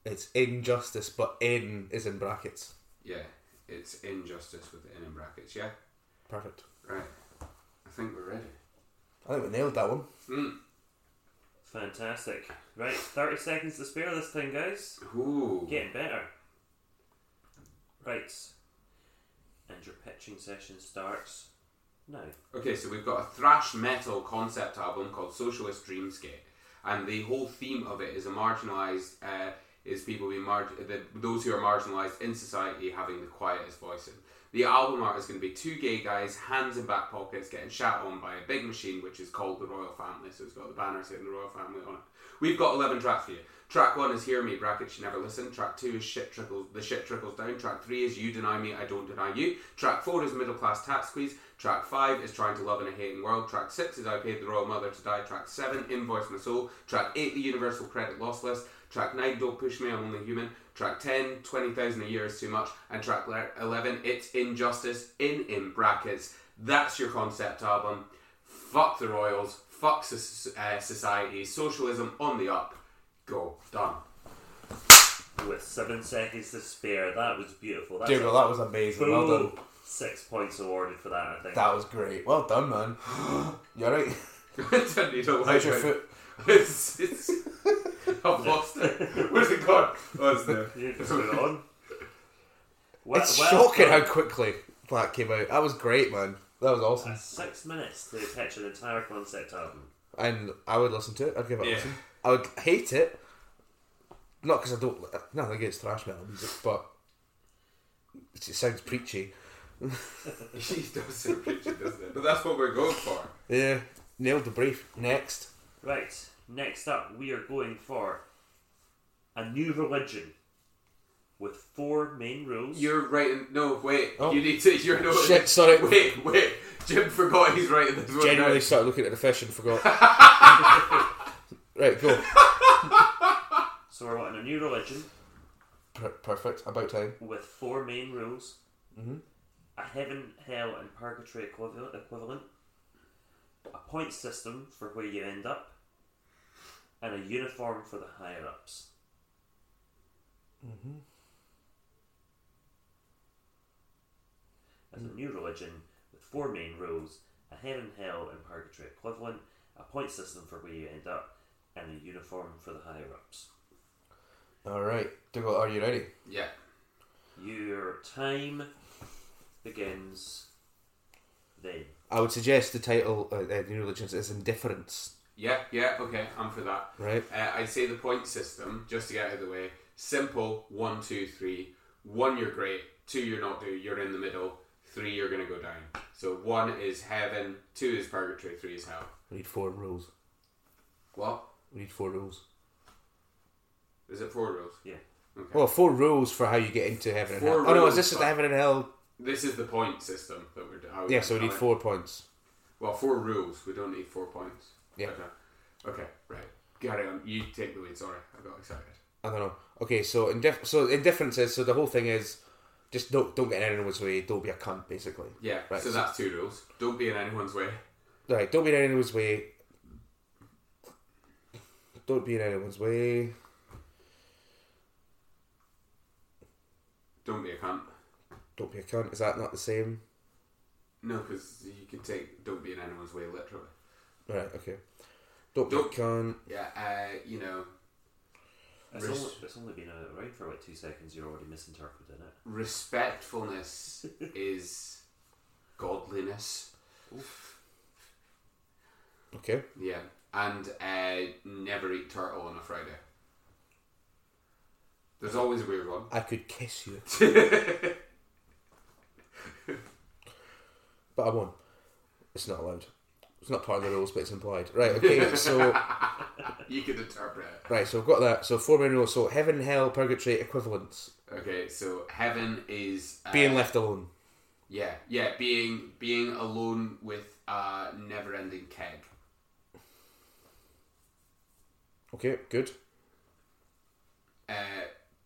[SPEAKER 2] It's injustice, but in is in brackets.
[SPEAKER 1] Yeah, it's injustice with it in brackets. Yeah,
[SPEAKER 2] Perfect.
[SPEAKER 1] right. I think we're ready.
[SPEAKER 2] I think we nailed that one.
[SPEAKER 1] Mm.
[SPEAKER 3] Fantastic. Right, 30 seconds to spare this time, guys.
[SPEAKER 1] Ooh.
[SPEAKER 3] Getting better. Right. And your pitching session starts now.
[SPEAKER 1] Okay, so we've got a thrash metal concept album called Socialist Dreamscape, and the whole theme of it is a marginalized, uh, is people being mar- the, those who are marginalized in society having the quietest voice. In. The album art is going to be two gay guys, hands in back pockets, getting shat on by a big machine which is called the Royal Family. So it's got the banner saying the Royal Family on it. We've got eleven tracks for you. Track one is Hear Me, brackets you never listen. Track two is Shit Trickles the shit trickles down. Track three is You Deny Me, I Don't Deny You. Track four is Middle Class Tax Squeeze. Track five is Trying to Love in a Hating World. Track six is I Paid the Royal Mother to Die. Track seven, Invoice My Soul. Track eight, The Universal Credit Loss List. Track nine, Don't Push Me, I'm Only Human. Track 10, 20,000 a year is too much. And track le- 11, It's Injustice, in in brackets. That's your concept album. Fuck the Royals. Fuck so- uh, society. Socialism on the up. Go. Done. <laughs>
[SPEAKER 3] With seven seconds to spare. That was beautiful. That's
[SPEAKER 2] Dude,
[SPEAKER 3] a
[SPEAKER 2] well, that was amazing. Well
[SPEAKER 3] full
[SPEAKER 2] done.
[SPEAKER 3] Six points awarded for that, I think.
[SPEAKER 2] That was great. Well done, man. <gasps> You alright?
[SPEAKER 1] Don't need a
[SPEAKER 2] How's your
[SPEAKER 1] light. <laughs>
[SPEAKER 2] foot?
[SPEAKER 1] It's, it's, <laughs> I've lost it. Where's it gone? Oh, it's there.
[SPEAKER 3] Yeah, just put it on.
[SPEAKER 2] <laughs>
[SPEAKER 3] Well-
[SPEAKER 2] it's
[SPEAKER 3] well
[SPEAKER 2] shocking
[SPEAKER 3] done.
[SPEAKER 2] how quickly that came out. That was great, man. That was awesome.
[SPEAKER 3] Six minutes to pitch an entire concept album.
[SPEAKER 2] And I would listen to it. I'd give it a
[SPEAKER 1] Yeah.
[SPEAKER 2] listen. I would hate it. Not because I don't. Nothing against thrash metal music, but it sounds preachy.
[SPEAKER 1] He does say Richard, doesn't it? But that's what we're going for.
[SPEAKER 2] Yeah. Nailed the brief. Next.
[SPEAKER 3] Right, next up, we are going for a new religion with four main rules.
[SPEAKER 1] You're writing. No, wait.
[SPEAKER 2] Oh.
[SPEAKER 1] You need to. You're no.
[SPEAKER 2] Shit, sorry.
[SPEAKER 1] <laughs> Wait, wait. Jim forgot he's writing this one
[SPEAKER 2] Genuinely
[SPEAKER 1] down.
[SPEAKER 2] started looking at the fish and
[SPEAKER 1] <laughs>
[SPEAKER 2] forgot. right, go.
[SPEAKER 3] So we're wanting a new religion
[SPEAKER 2] Per- perfect. About time.
[SPEAKER 3] with four main rules. A heaven, hell, and purgatory equivalent, equivalent. A point system for where you end up. And a uniform for the higher ups. As a new religion with four main rules a heaven, hell, and purgatory equivalent. A point system for where you end up. And a uniform for the higher ups.
[SPEAKER 2] All right. Dougal, are you ready?
[SPEAKER 1] Yeah.
[SPEAKER 3] Your time begins then.
[SPEAKER 2] I would suggest the title uh, uh, New Religions is Indifference,
[SPEAKER 1] Yeah, yeah, okay, I'm for that.
[SPEAKER 2] right?
[SPEAKER 1] Uh, I'd say the point system, just to get out of the way. Simple, one, two, three. One, you're great. Two, you're not do. You're in the middle. Three, you're going to go down. So one is heaven. Two is purgatory. Three is hell.
[SPEAKER 2] We need four rules.
[SPEAKER 1] What?
[SPEAKER 2] We need four rules.
[SPEAKER 1] Is it four rules?
[SPEAKER 3] Yeah.
[SPEAKER 1] Okay.
[SPEAKER 2] Well, Oh, four rules for how you get into heaven and
[SPEAKER 1] Four
[SPEAKER 2] hell. Oh no, is
[SPEAKER 1] rules,
[SPEAKER 2] this just the
[SPEAKER 1] but-
[SPEAKER 2] heaven and hell?
[SPEAKER 1] This is the point system that we're. How
[SPEAKER 2] Yeah, so we need
[SPEAKER 1] how-
[SPEAKER 2] four points.
[SPEAKER 1] Well, four rules. We don't need four points.
[SPEAKER 2] Yeah.
[SPEAKER 1] Okay. Okay. Right. Carry on. You take the lead. Sorry, I got excited.
[SPEAKER 2] I don't know. Okay, so indif- so indifference is so the whole thing is just don't don't get in anyone's way. Don't be a cunt, basically.
[SPEAKER 1] Yeah.
[SPEAKER 2] Right,
[SPEAKER 1] So
[SPEAKER 2] so-
[SPEAKER 1] that's two rules. Don't be in anyone's way.
[SPEAKER 2] Right, don't be in anyone's way. Don't be in anyone's way.
[SPEAKER 1] Don't be a cunt.
[SPEAKER 2] Don't be a cunt. Is that not the same?
[SPEAKER 1] No, because you can take don't be in anyone's way literally.
[SPEAKER 2] Right. Okay. Don't,
[SPEAKER 1] Don't-
[SPEAKER 2] be a cunt.
[SPEAKER 1] Yeah, uh, you know,
[SPEAKER 3] It's
[SPEAKER 1] Res-
[SPEAKER 3] only, it's only been around for about two seconds, you're already misinterpreting it.
[SPEAKER 1] respectfulness is godliness.
[SPEAKER 2] Okay.
[SPEAKER 1] Yeah, and uh, never eat turtle on a Friday. There's always a weird one.
[SPEAKER 2] I could kiss you, but I won't. It's not allowed. It's not part of the rules, but it's implied. Right. Okay. So.
[SPEAKER 1] you could interpret it.
[SPEAKER 2] Right, so I've got that. So four main rules. So heaven, hell, purgatory, equivalents.
[SPEAKER 1] Okay, so heaven is uh,
[SPEAKER 2] Being left alone.
[SPEAKER 1] Yeah, yeah, being being alone with a never-ending keg.
[SPEAKER 2] Okay, good.
[SPEAKER 1] uh,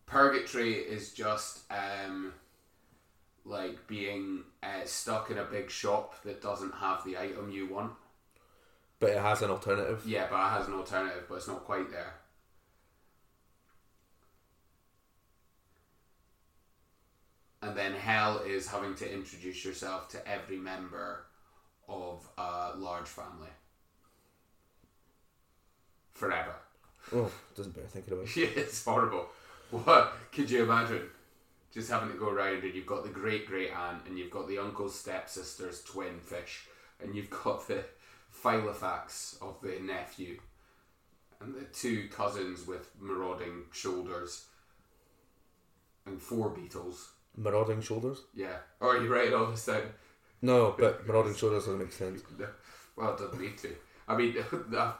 [SPEAKER 1] purgatory is just um, like being uh, stuck in a big shop that doesn't have the item you want.
[SPEAKER 2] But it has an alternative.
[SPEAKER 1] Yeah, but it has an alternative, but it's not quite there. And then hell is having to introduce yourself to every member of a large family. Forever.
[SPEAKER 2] Oh, doesn't bear thinking about. it.
[SPEAKER 1] <laughs> Yeah, it's horrible. What could you imagine? Just having to go around and you've got the great great aunt and you've got the uncle's stepsister's twin fish and you've got the Filofax of the nephew and the two cousins with marauding shoulders and four beetles.
[SPEAKER 2] Marauding shoulders?
[SPEAKER 1] Yeah. Or you write all this down.
[SPEAKER 2] No, but marauding shoulders doesn't make sense.
[SPEAKER 1] No. Well, it doesn't need to. I mean, <laughs> a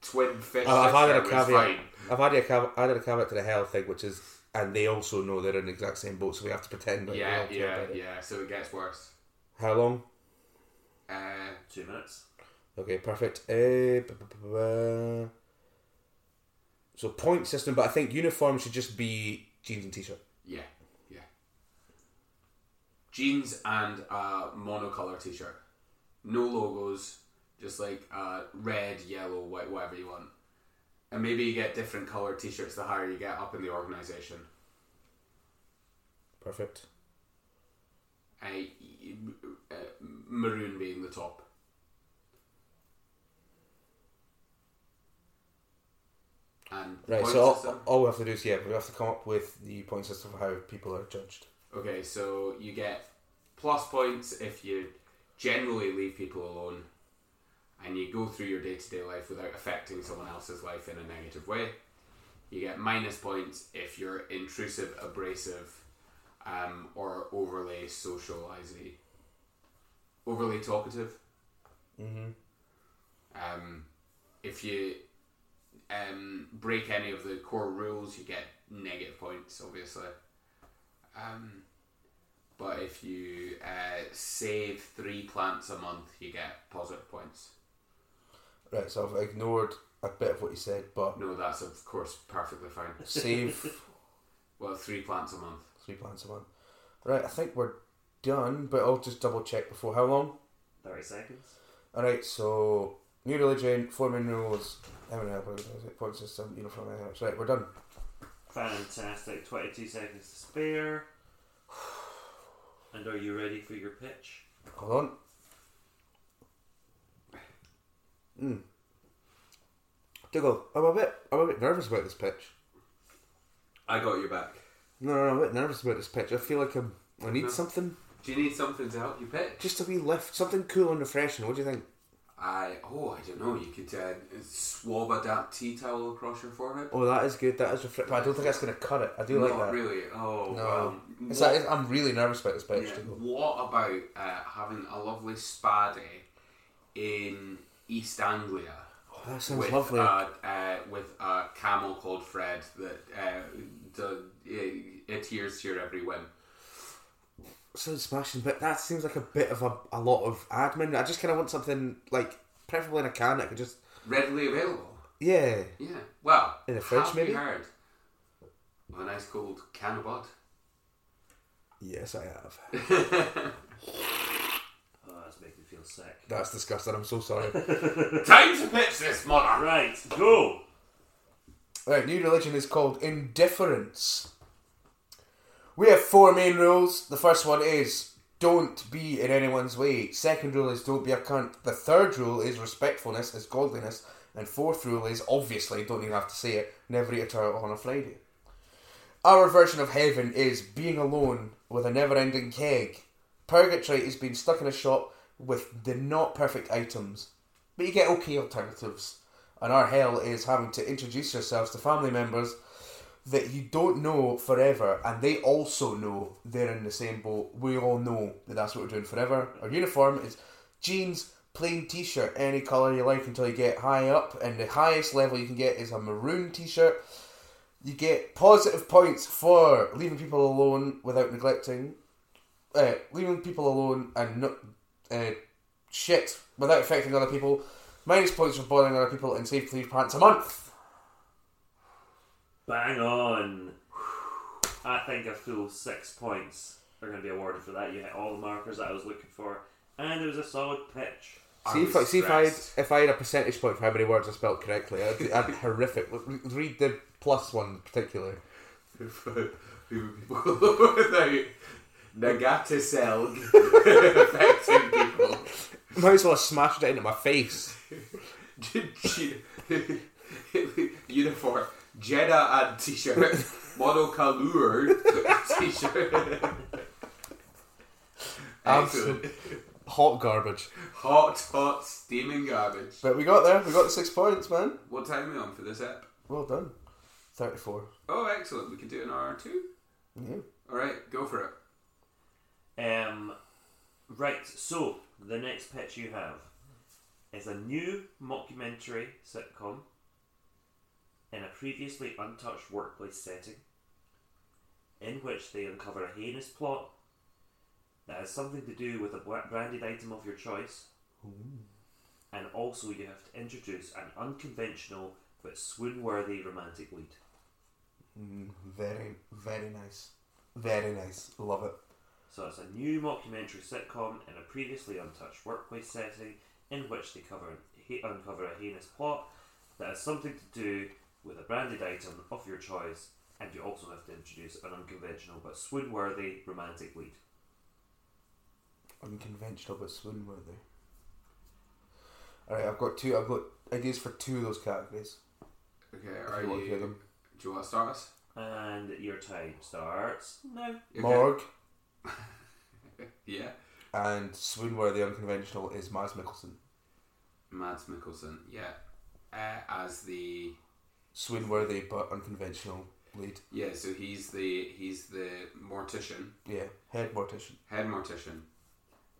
[SPEAKER 1] twin fish
[SPEAKER 2] Oh, I've added a
[SPEAKER 1] sister was
[SPEAKER 2] caveat.
[SPEAKER 1] fine.
[SPEAKER 2] I've added a, cav- added a caveat to the hell thing, which is, and they also know they're in the exact same boat, so we have to pretend. Like we
[SPEAKER 1] Yeah,
[SPEAKER 2] don't care
[SPEAKER 1] yeah,
[SPEAKER 2] about it.
[SPEAKER 1] yeah. So it gets worse.
[SPEAKER 2] How long?
[SPEAKER 1] Uh,
[SPEAKER 3] Two minutes.
[SPEAKER 2] Okay, perfect. Uh, bu- bu- bu- bu- so point system, but I think uniform should just be jeans and t-shirt.
[SPEAKER 1] Yeah, yeah. Jeans and a monocolor t-shirt. No logos, just like uh, red, yellow, white, whatever you want. And maybe you get different color t-shirts the higher you get up in the organization.
[SPEAKER 2] Perfect.
[SPEAKER 1] Uh, y- uh, maroon being the top. And
[SPEAKER 2] Right,
[SPEAKER 1] point
[SPEAKER 2] so all,
[SPEAKER 1] system?
[SPEAKER 2] all we have to do is yeah, we have to come up with the point system for how people are judged.
[SPEAKER 1] Okay, so you get plus points if you generally leave people alone and you go through your day to day life without affecting someone else's life in a negative way. You get minus points if you're intrusive, abrasive, um, or overly socializing, overly talkative. Mm-hmm. Um, if you um, break any of the core rules, you get negative points, obviously. Um, but if you uh, save three plants a month, you get positive points.
[SPEAKER 2] Right, so I've ignored a bit of what you said, but
[SPEAKER 1] No, that's of course perfectly fine.
[SPEAKER 2] save
[SPEAKER 1] Well, three plants a month.
[SPEAKER 2] three plants a month. Right, I think we're done, but I'll just double check before how long.
[SPEAKER 3] 30 seconds.
[SPEAKER 2] All right, so new religion, four main rules, heaven and hell, point system, uniform. ethics. Right, we're done.
[SPEAKER 3] Fantastic. 22 seconds to spare. And are you ready for your pitch?
[SPEAKER 2] Hold on. Mm. Dougal, I'm a bit, I'm a bit nervous about this pitch.
[SPEAKER 1] I got your back.
[SPEAKER 2] No, no, no, I'm a bit nervous about this pitch. I feel like I'm, I need
[SPEAKER 1] No.
[SPEAKER 2] something,
[SPEAKER 1] Do you need something to help you pitch?
[SPEAKER 2] just a wee lift, something cool and refreshing. What do you think?
[SPEAKER 1] I oh I don't know. You could uh, swab a damp tea towel across your forehead.
[SPEAKER 2] Oh, that is good. That is refreshing. But I don't think that's going to cut it. I do like
[SPEAKER 1] Not
[SPEAKER 2] that.
[SPEAKER 1] really. Oh
[SPEAKER 2] No,
[SPEAKER 1] well.
[SPEAKER 2] It's
[SPEAKER 1] what-
[SPEAKER 2] like- I'm really nervous about this pitch.
[SPEAKER 1] Yeah,
[SPEAKER 2] Dougal.
[SPEAKER 1] What about uh, having a lovely spa day in East Anglia
[SPEAKER 2] Oh, that sounds
[SPEAKER 1] with
[SPEAKER 2] lovely.
[SPEAKER 1] a uh, with a camel called Fred that uh, do, uh, adheres to your every whim?
[SPEAKER 2] sounds smashing, but that seems like a bit of a, a lot of admin. I just kind of want something like preferably in a can that could just
[SPEAKER 1] Readily available.
[SPEAKER 2] yeah.
[SPEAKER 1] Yeah. Well,
[SPEAKER 2] In the fridge,
[SPEAKER 1] have
[SPEAKER 2] maybe?
[SPEAKER 1] you heard of a nice cold can of bud?
[SPEAKER 2] Yes, I have.
[SPEAKER 3] Oh, that's making me feel sick.
[SPEAKER 2] That's disgusting. I'm so sorry.
[SPEAKER 1] <laughs> Time to pitch this mother.
[SPEAKER 3] Right, go!
[SPEAKER 2] right, new religion is called indifference. We have four main rules. The first one is don't be in anyone's way. Second rule is don't be a cunt. The third rule is respectfulness is godliness. And fourth rule is obviously don't even have to say it. Never eat a turtle on a Friday. Our version of heaven is being alone with a never ending keg. Purgatory is being stuck in a shop with the not perfect items, but you get okay alternatives. And our hell is having to introduce yourselves to family members that you don't know forever, and they also know they're in the same boat. We all know that that's what we're doing forever. Our uniform is jeans, plain t shirt, any colour you like until you get high up, and the highest level you can get is a maroon t shirt. You get positive points for leaving people alone without neglecting, uh, leaving people alone and not uh, shit without affecting other people. Minus points for bothering other people and save three pants a month.
[SPEAKER 3] Bang on! I think a full six points are going to be awarded for that. You hit all the markers that I was looking for, and it was a solid pitch.
[SPEAKER 1] I
[SPEAKER 2] See if,
[SPEAKER 1] was
[SPEAKER 2] I, see if I had
[SPEAKER 1] stressed. <laughs>
[SPEAKER 2] if I had a percentage point for how many words I spelled correctly, I'd, I'd horrific. Re- Read the plus one in particular.
[SPEAKER 1] <laughs> without Nagataselg <laughs> affecting people.
[SPEAKER 2] Might as well have smashed it into my face.
[SPEAKER 1] <laughs> Uniform, Jeddah and t-shirt, monocolored t-shirt.
[SPEAKER 2] <laughs>
[SPEAKER 1] Excellent.
[SPEAKER 2] Absolute hot garbage.
[SPEAKER 1] Hot, hot, steaming garbage.
[SPEAKER 2] But we got there. We got the six points, man.
[SPEAKER 1] What time are we on for this app?
[SPEAKER 2] Well done. Thirty-four.
[SPEAKER 1] Oh, excellent. We can do an hour or two.
[SPEAKER 2] Yeah.
[SPEAKER 1] All right, go for it.
[SPEAKER 3] Um, right, so the next pitch you have is a new mockumentary sitcom in a previously untouched workplace setting in which they uncover a heinous plot that has something to do with a bra- branded item of your choice. And also, you have to introduce an unconventional but swoon worthy romantic lead.
[SPEAKER 2] Mm, Very, very nice. Very nice. Love it.
[SPEAKER 3] So it's a new mockumentary sitcom in a previously untouched workplace setting in which they cover he, uncover a heinous plot that has something to do with a branded item of your choice, and you also have to introduce an unconventional but swoon-worthy romantic lead.
[SPEAKER 2] Unconventional but swoon worthy. Alright, I've got two I've got ideas for two of those categories.
[SPEAKER 1] Okay,
[SPEAKER 2] If
[SPEAKER 1] are
[SPEAKER 2] you want to hear
[SPEAKER 1] you?
[SPEAKER 2] them.
[SPEAKER 1] Do you want to start us?
[SPEAKER 3] And your time starts now.
[SPEAKER 1] Okay.
[SPEAKER 2] Morg,
[SPEAKER 1] Yeah.
[SPEAKER 2] and Swoonworthy Unconventional is Mads Mikkelsen.
[SPEAKER 1] Mads Mikkelsen. Yeah. Uh, as the
[SPEAKER 2] Swoonworthy but unconventional lead.
[SPEAKER 1] yeah, so he's the he's the mortician,
[SPEAKER 2] Yeah, head mortician.
[SPEAKER 1] head mortician,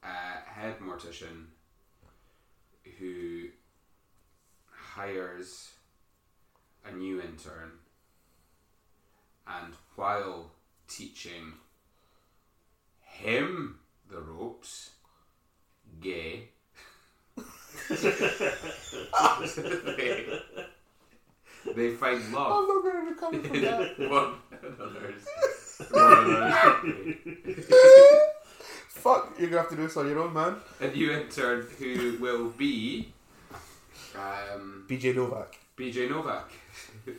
[SPEAKER 1] uh, head mortician, who hires a new intern, and while teaching him the ropes, gay. they, they find love
[SPEAKER 2] not going to recover from that.
[SPEAKER 1] one another's. One another's
[SPEAKER 2] <laughs> Fuck, you're going to have to do this on your own, man.
[SPEAKER 1] a new intern who will be um,
[SPEAKER 2] BJ Novak.
[SPEAKER 1] BJ Novak. <laughs>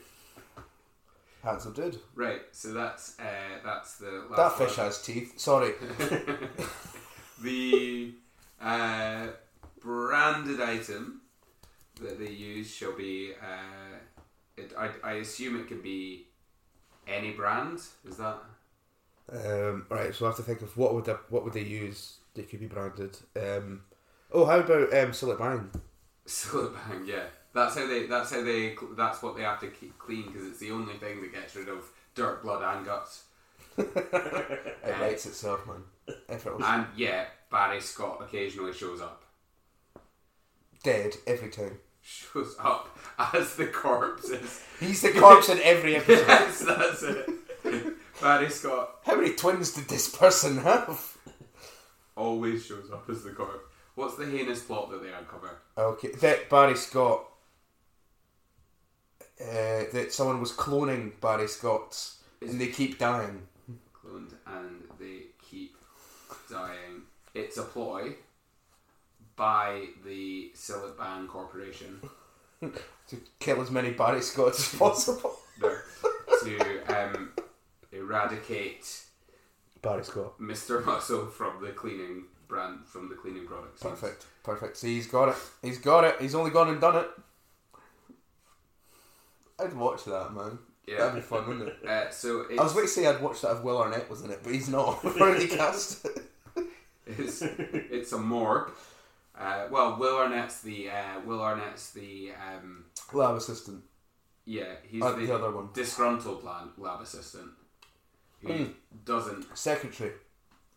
[SPEAKER 2] Handsome dude.
[SPEAKER 1] right, so that's uh, that's the
[SPEAKER 2] That
[SPEAKER 1] last
[SPEAKER 2] fish
[SPEAKER 1] one.
[SPEAKER 2] has teeth. Sorry.
[SPEAKER 1] <laughs> the uh, branded item that they use shall be. Uh, it, I, I assume it can be any brand. Is that <laughs>
[SPEAKER 2] Um, right, so I have to think of what would they, what would they use that could be branded. Um, oh, how about um, Silent Bang?
[SPEAKER 1] Silent Bang? Yeah, that's how they. That's how they. That's what they have to keep clean because it's the only thing that gets rid of dirt, blood, and guts.
[SPEAKER 2] It writes itself, <laughs> man. Effortless.
[SPEAKER 1] And yeah, Barry Scott occasionally shows up.
[SPEAKER 2] Dead every time.
[SPEAKER 1] Shows up as the corpses.
[SPEAKER 2] He's the corpse in every episode. <laughs>
[SPEAKER 1] yes, <laughs> that's it. Barry Scott
[SPEAKER 2] How many twins did this person have?
[SPEAKER 1] always shows up as the corpse. What's the heinous plot that they uncover?
[SPEAKER 2] Okay, that Barry Scott. Uh, that someone was cloning Barry Scott's, and they keep dying.
[SPEAKER 1] Cloned and they keep dying. It's a ploy by the Silent Bang Corporation
[SPEAKER 2] to kill as many Barry Scotts as possible.
[SPEAKER 1] <laughs> no, to um, eradicate
[SPEAKER 2] Barry Scott.
[SPEAKER 1] Mr. Muscle from the cleaning brand, from the cleaning products.
[SPEAKER 2] Perfect. Perfect. See, he's got it. He's got it. He's only gone and done it. I'd watch that, man. That'd
[SPEAKER 1] Yeah.
[SPEAKER 2] be fun, wouldn't it?
[SPEAKER 1] Uh, so it's,
[SPEAKER 2] I was going to say I'd watch that if Will Arnett was in it, but he's not.
[SPEAKER 1] <laughs>
[SPEAKER 2] We've already cast it. <laughs>
[SPEAKER 1] it's, it's a morgue. Uh, well, Will Arnett's the uh, Will Arnett's the um,
[SPEAKER 2] Lab assistant.
[SPEAKER 1] yeah he's
[SPEAKER 2] Uh,
[SPEAKER 1] the,
[SPEAKER 2] the other one.
[SPEAKER 1] disgruntled lab, lab assistant who
[SPEAKER 2] Hmm.
[SPEAKER 1] doesn't
[SPEAKER 2] Secretary.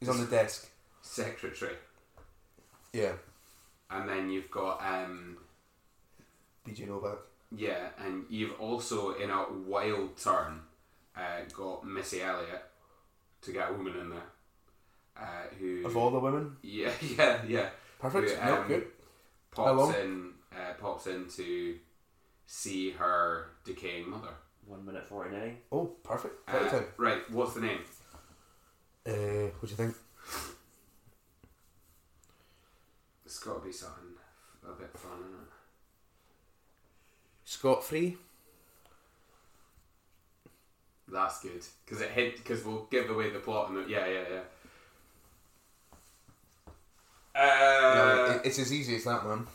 [SPEAKER 2] He's on the desk.
[SPEAKER 1] secretary.
[SPEAKER 2] Yeah.
[SPEAKER 1] And then you've got um,
[SPEAKER 2] BJ Novak.
[SPEAKER 1] yeah, and you've also in a wild turn uh, got Missy Elliott to get a woman in there uh, who
[SPEAKER 2] Of all the women.
[SPEAKER 1] <laughs> yeah yeah yeah
[SPEAKER 2] Perfect.
[SPEAKER 1] who,
[SPEAKER 2] no,
[SPEAKER 1] um,
[SPEAKER 2] good. long?
[SPEAKER 1] pops in uh, pops in to see her decaying mother.
[SPEAKER 3] One minute forty nine.
[SPEAKER 2] Oh, perfect.
[SPEAKER 1] Uh,
[SPEAKER 2] Perfect time.
[SPEAKER 1] right, what's the name?
[SPEAKER 2] Uh, what do you think?
[SPEAKER 1] It's got to be something a bit fun, isn't it?
[SPEAKER 2] Scott Free?
[SPEAKER 1] That's good because it hit because we'll give away the plot and the, yeah, yeah, yeah. Uh,
[SPEAKER 2] it's as easy as that, man.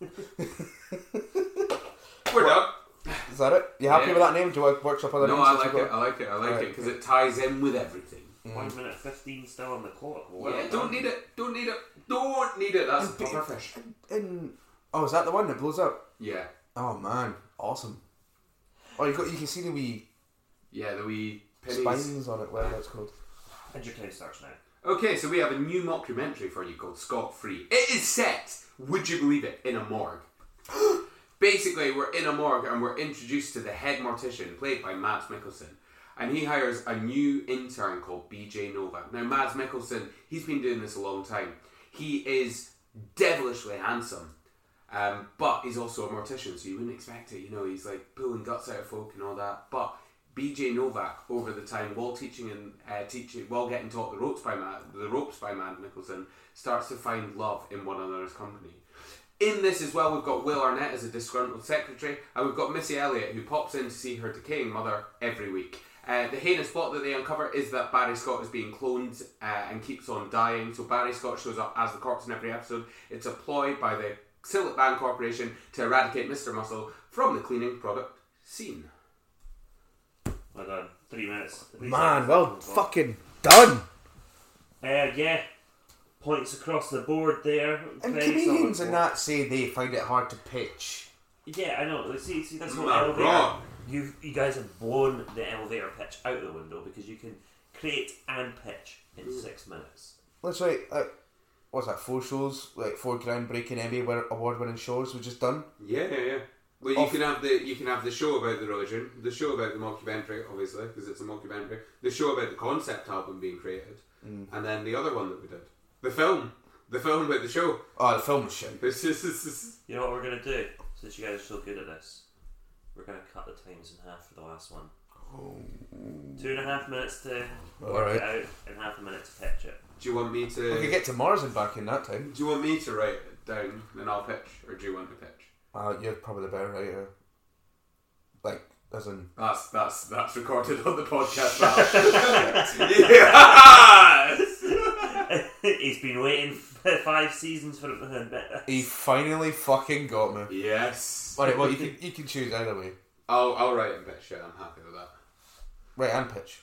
[SPEAKER 1] we're done.
[SPEAKER 2] Is that it? You happy
[SPEAKER 1] Yeah.
[SPEAKER 2] with that name? Do you want to workshop other
[SPEAKER 1] No,
[SPEAKER 2] names?
[SPEAKER 1] I
[SPEAKER 2] as we
[SPEAKER 1] like
[SPEAKER 2] go?
[SPEAKER 1] it. I like it. I like it 'cause
[SPEAKER 2] Alright.
[SPEAKER 1] it because it ties in with everything.
[SPEAKER 2] Mm.
[SPEAKER 3] One minute fifteen still on the clock. Well
[SPEAKER 1] yeah,
[SPEAKER 3] done.
[SPEAKER 1] don't need it. Don't need it. Don't need it. That's proper fish.
[SPEAKER 2] In oh, is that the one that blows up?
[SPEAKER 1] Yeah,
[SPEAKER 2] Oh man, awesome! Oh, you got you can see the wee
[SPEAKER 1] yeah. The wee pennies.
[SPEAKER 2] spines on it. Whatever that's called.
[SPEAKER 3] And your time starts now.
[SPEAKER 1] Okay, so we have a new mockumentary for you called Scot Free. It is set, would you believe it, in a morgue. <gasps> Basically, we're in a morgue and we're introduced to the head mortician, played by Mads Mikkelsen. And he hires a new intern called BJ Novak. Now, Mads Mikkelsen, he's been doing this a long time. He is devilishly handsome, um, but he's also a mortician, so you wouldn't expect it. You know, he's like pulling guts out of folk and all that. But BJ Novak, over the time while teaching and uh, teaching, while getting taught the ropes by Mad, the ropes by Mad Nicholson, starts to find love in one another's company. In this as well, we've got Will Arnett as a disgruntled secretary, and we've got Missy Elliott who pops in to see her decaying mother every week. Uh, the heinous plot that they uncover is that Barry Scott is being cloned uh, and keeps on dying, so Barry Scott shows up as the corpse in every episode. It's a ploy by the Silent Band Corporation to eradicate Mr. Muscle from the cleaning product scene.
[SPEAKER 3] Well done. Three minutes. Three
[SPEAKER 2] Man,
[SPEAKER 3] seconds
[SPEAKER 2] well
[SPEAKER 3] on the clock.
[SPEAKER 2] fucking done.
[SPEAKER 3] Uh, yeah, points across the board there.
[SPEAKER 2] And
[SPEAKER 3] Very
[SPEAKER 2] comedians
[SPEAKER 3] solid
[SPEAKER 2] and
[SPEAKER 3] work.
[SPEAKER 2] that say they find it hard to pitch.
[SPEAKER 3] Yeah, I know. See, see, that's
[SPEAKER 1] I'm
[SPEAKER 3] what
[SPEAKER 1] not
[SPEAKER 3] elevator.
[SPEAKER 1] wrong.
[SPEAKER 3] You you guys have blown the elevator pitch out the window because you can create and pitch in six minutes.
[SPEAKER 2] That's right. Like, uh, what's that? Four shows, like four groundbreaking Emmy award-winning shows we just done.
[SPEAKER 1] Yeah, yeah, yeah. Well, you
[SPEAKER 2] Off-
[SPEAKER 1] can have the you can have the show about the religion, the show about the mockumentary, obviously, because it's a mockumentary. The show about the concept album being created, and then the other one that we did, the film, the film about the show. <laughs>
[SPEAKER 2] Oh, the film was shit.
[SPEAKER 1] It's just, it's just-
[SPEAKER 3] You know what we're gonna do? Since you guys are so good at this, we're gonna cut the times in half for the last one.
[SPEAKER 1] Oh.
[SPEAKER 3] Two and a half minutes to
[SPEAKER 2] All
[SPEAKER 3] work it
[SPEAKER 2] right.
[SPEAKER 3] out, and half a minute to pitch it. <laughs>
[SPEAKER 1] do you want me to?
[SPEAKER 2] We could get to Mars and back in that time.
[SPEAKER 1] Do you want me to write it down and I'll pitch, or do you want to pitch?
[SPEAKER 2] Uh, you're probably the better writer. Like, as in,
[SPEAKER 1] That's that's that's recorded on the
[SPEAKER 2] <laughs>
[SPEAKER 1] podcast. <laughs> yes.
[SPEAKER 3] He's been waiting for five seasons for a bit.
[SPEAKER 2] he finally fucking got me.
[SPEAKER 1] yes.
[SPEAKER 2] All right, well, you can you can choose either way.
[SPEAKER 1] I'll I'll write and pitch it. I'm happy with that.
[SPEAKER 2] Right and pitch.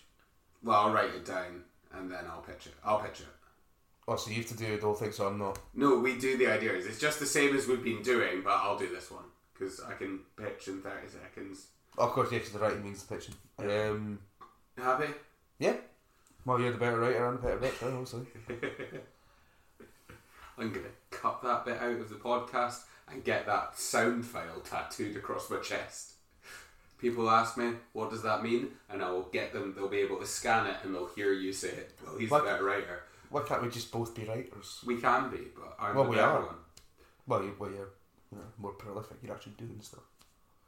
[SPEAKER 1] Well, I'll write it down and then I'll pitch it. I'll pitch it.
[SPEAKER 2] Oh, so you have to do the whole thing, so I'm not.
[SPEAKER 1] No, we do the ideas. It's just the same as we've been doing, but I'll do this one because I can pitch in thirty seconds.
[SPEAKER 2] Of course, yeah, because the writing means the pitching. Um,
[SPEAKER 1] Happy?
[SPEAKER 2] yeah. Well, you're the better writer and the better pitcher, obviously.
[SPEAKER 1] I'm gonna cut that bit out of the podcast and get that sound file tattooed across my chest. People ask me, what does that mean? And I will get them, they'll be able to scan it and they'll hear you say it. Well, he's a
[SPEAKER 2] What?
[SPEAKER 1] better writer.
[SPEAKER 2] Why can't we just both be writers?
[SPEAKER 1] We can be, but I'm
[SPEAKER 2] Well,
[SPEAKER 1] the
[SPEAKER 2] we
[SPEAKER 1] better
[SPEAKER 2] are.
[SPEAKER 1] one.
[SPEAKER 2] Well, you, well, you're you know, more prolific. You're actually doing stuff.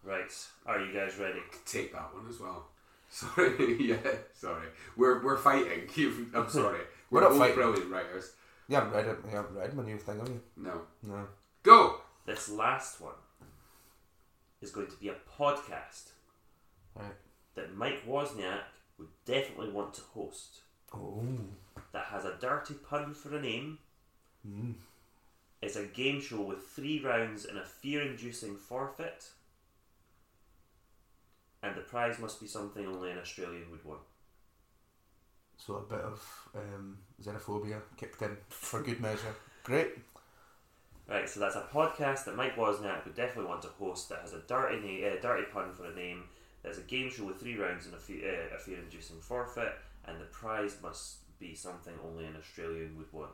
[SPEAKER 3] Right, are you guys ready?
[SPEAKER 1] Take that one as well. <laughs> Sorry, yeah, sorry. We're, we're fighting. <laughs> You've, I'm sorry.
[SPEAKER 2] <laughs> We're
[SPEAKER 1] We're,
[SPEAKER 2] not
[SPEAKER 1] both
[SPEAKER 2] fighting.
[SPEAKER 1] brilliant writers.
[SPEAKER 2] You haven't read it. You haven't read my new thing, have you?
[SPEAKER 1] No.
[SPEAKER 2] No.
[SPEAKER 1] Go!
[SPEAKER 3] This last one is going to be a podcast
[SPEAKER 2] Right.
[SPEAKER 3] that Mike Wozniak would definitely want to host.
[SPEAKER 2] Oh.
[SPEAKER 3] That has a dirty pun for a name. It's a game show with three rounds and a fear-inducing forfeit, and the prize must be something only an Australian would want.
[SPEAKER 2] So a bit of um, xenophobia kicked in for good measure. Great.
[SPEAKER 3] Right, so that's a podcast that Mike Wozniak would definitely want to host that has a dirty, na- uh, dirty pun for a name. There's a game show with three rounds and a, fe- uh, a fear inducing forfeit, and the prize must be something only an Australian would want.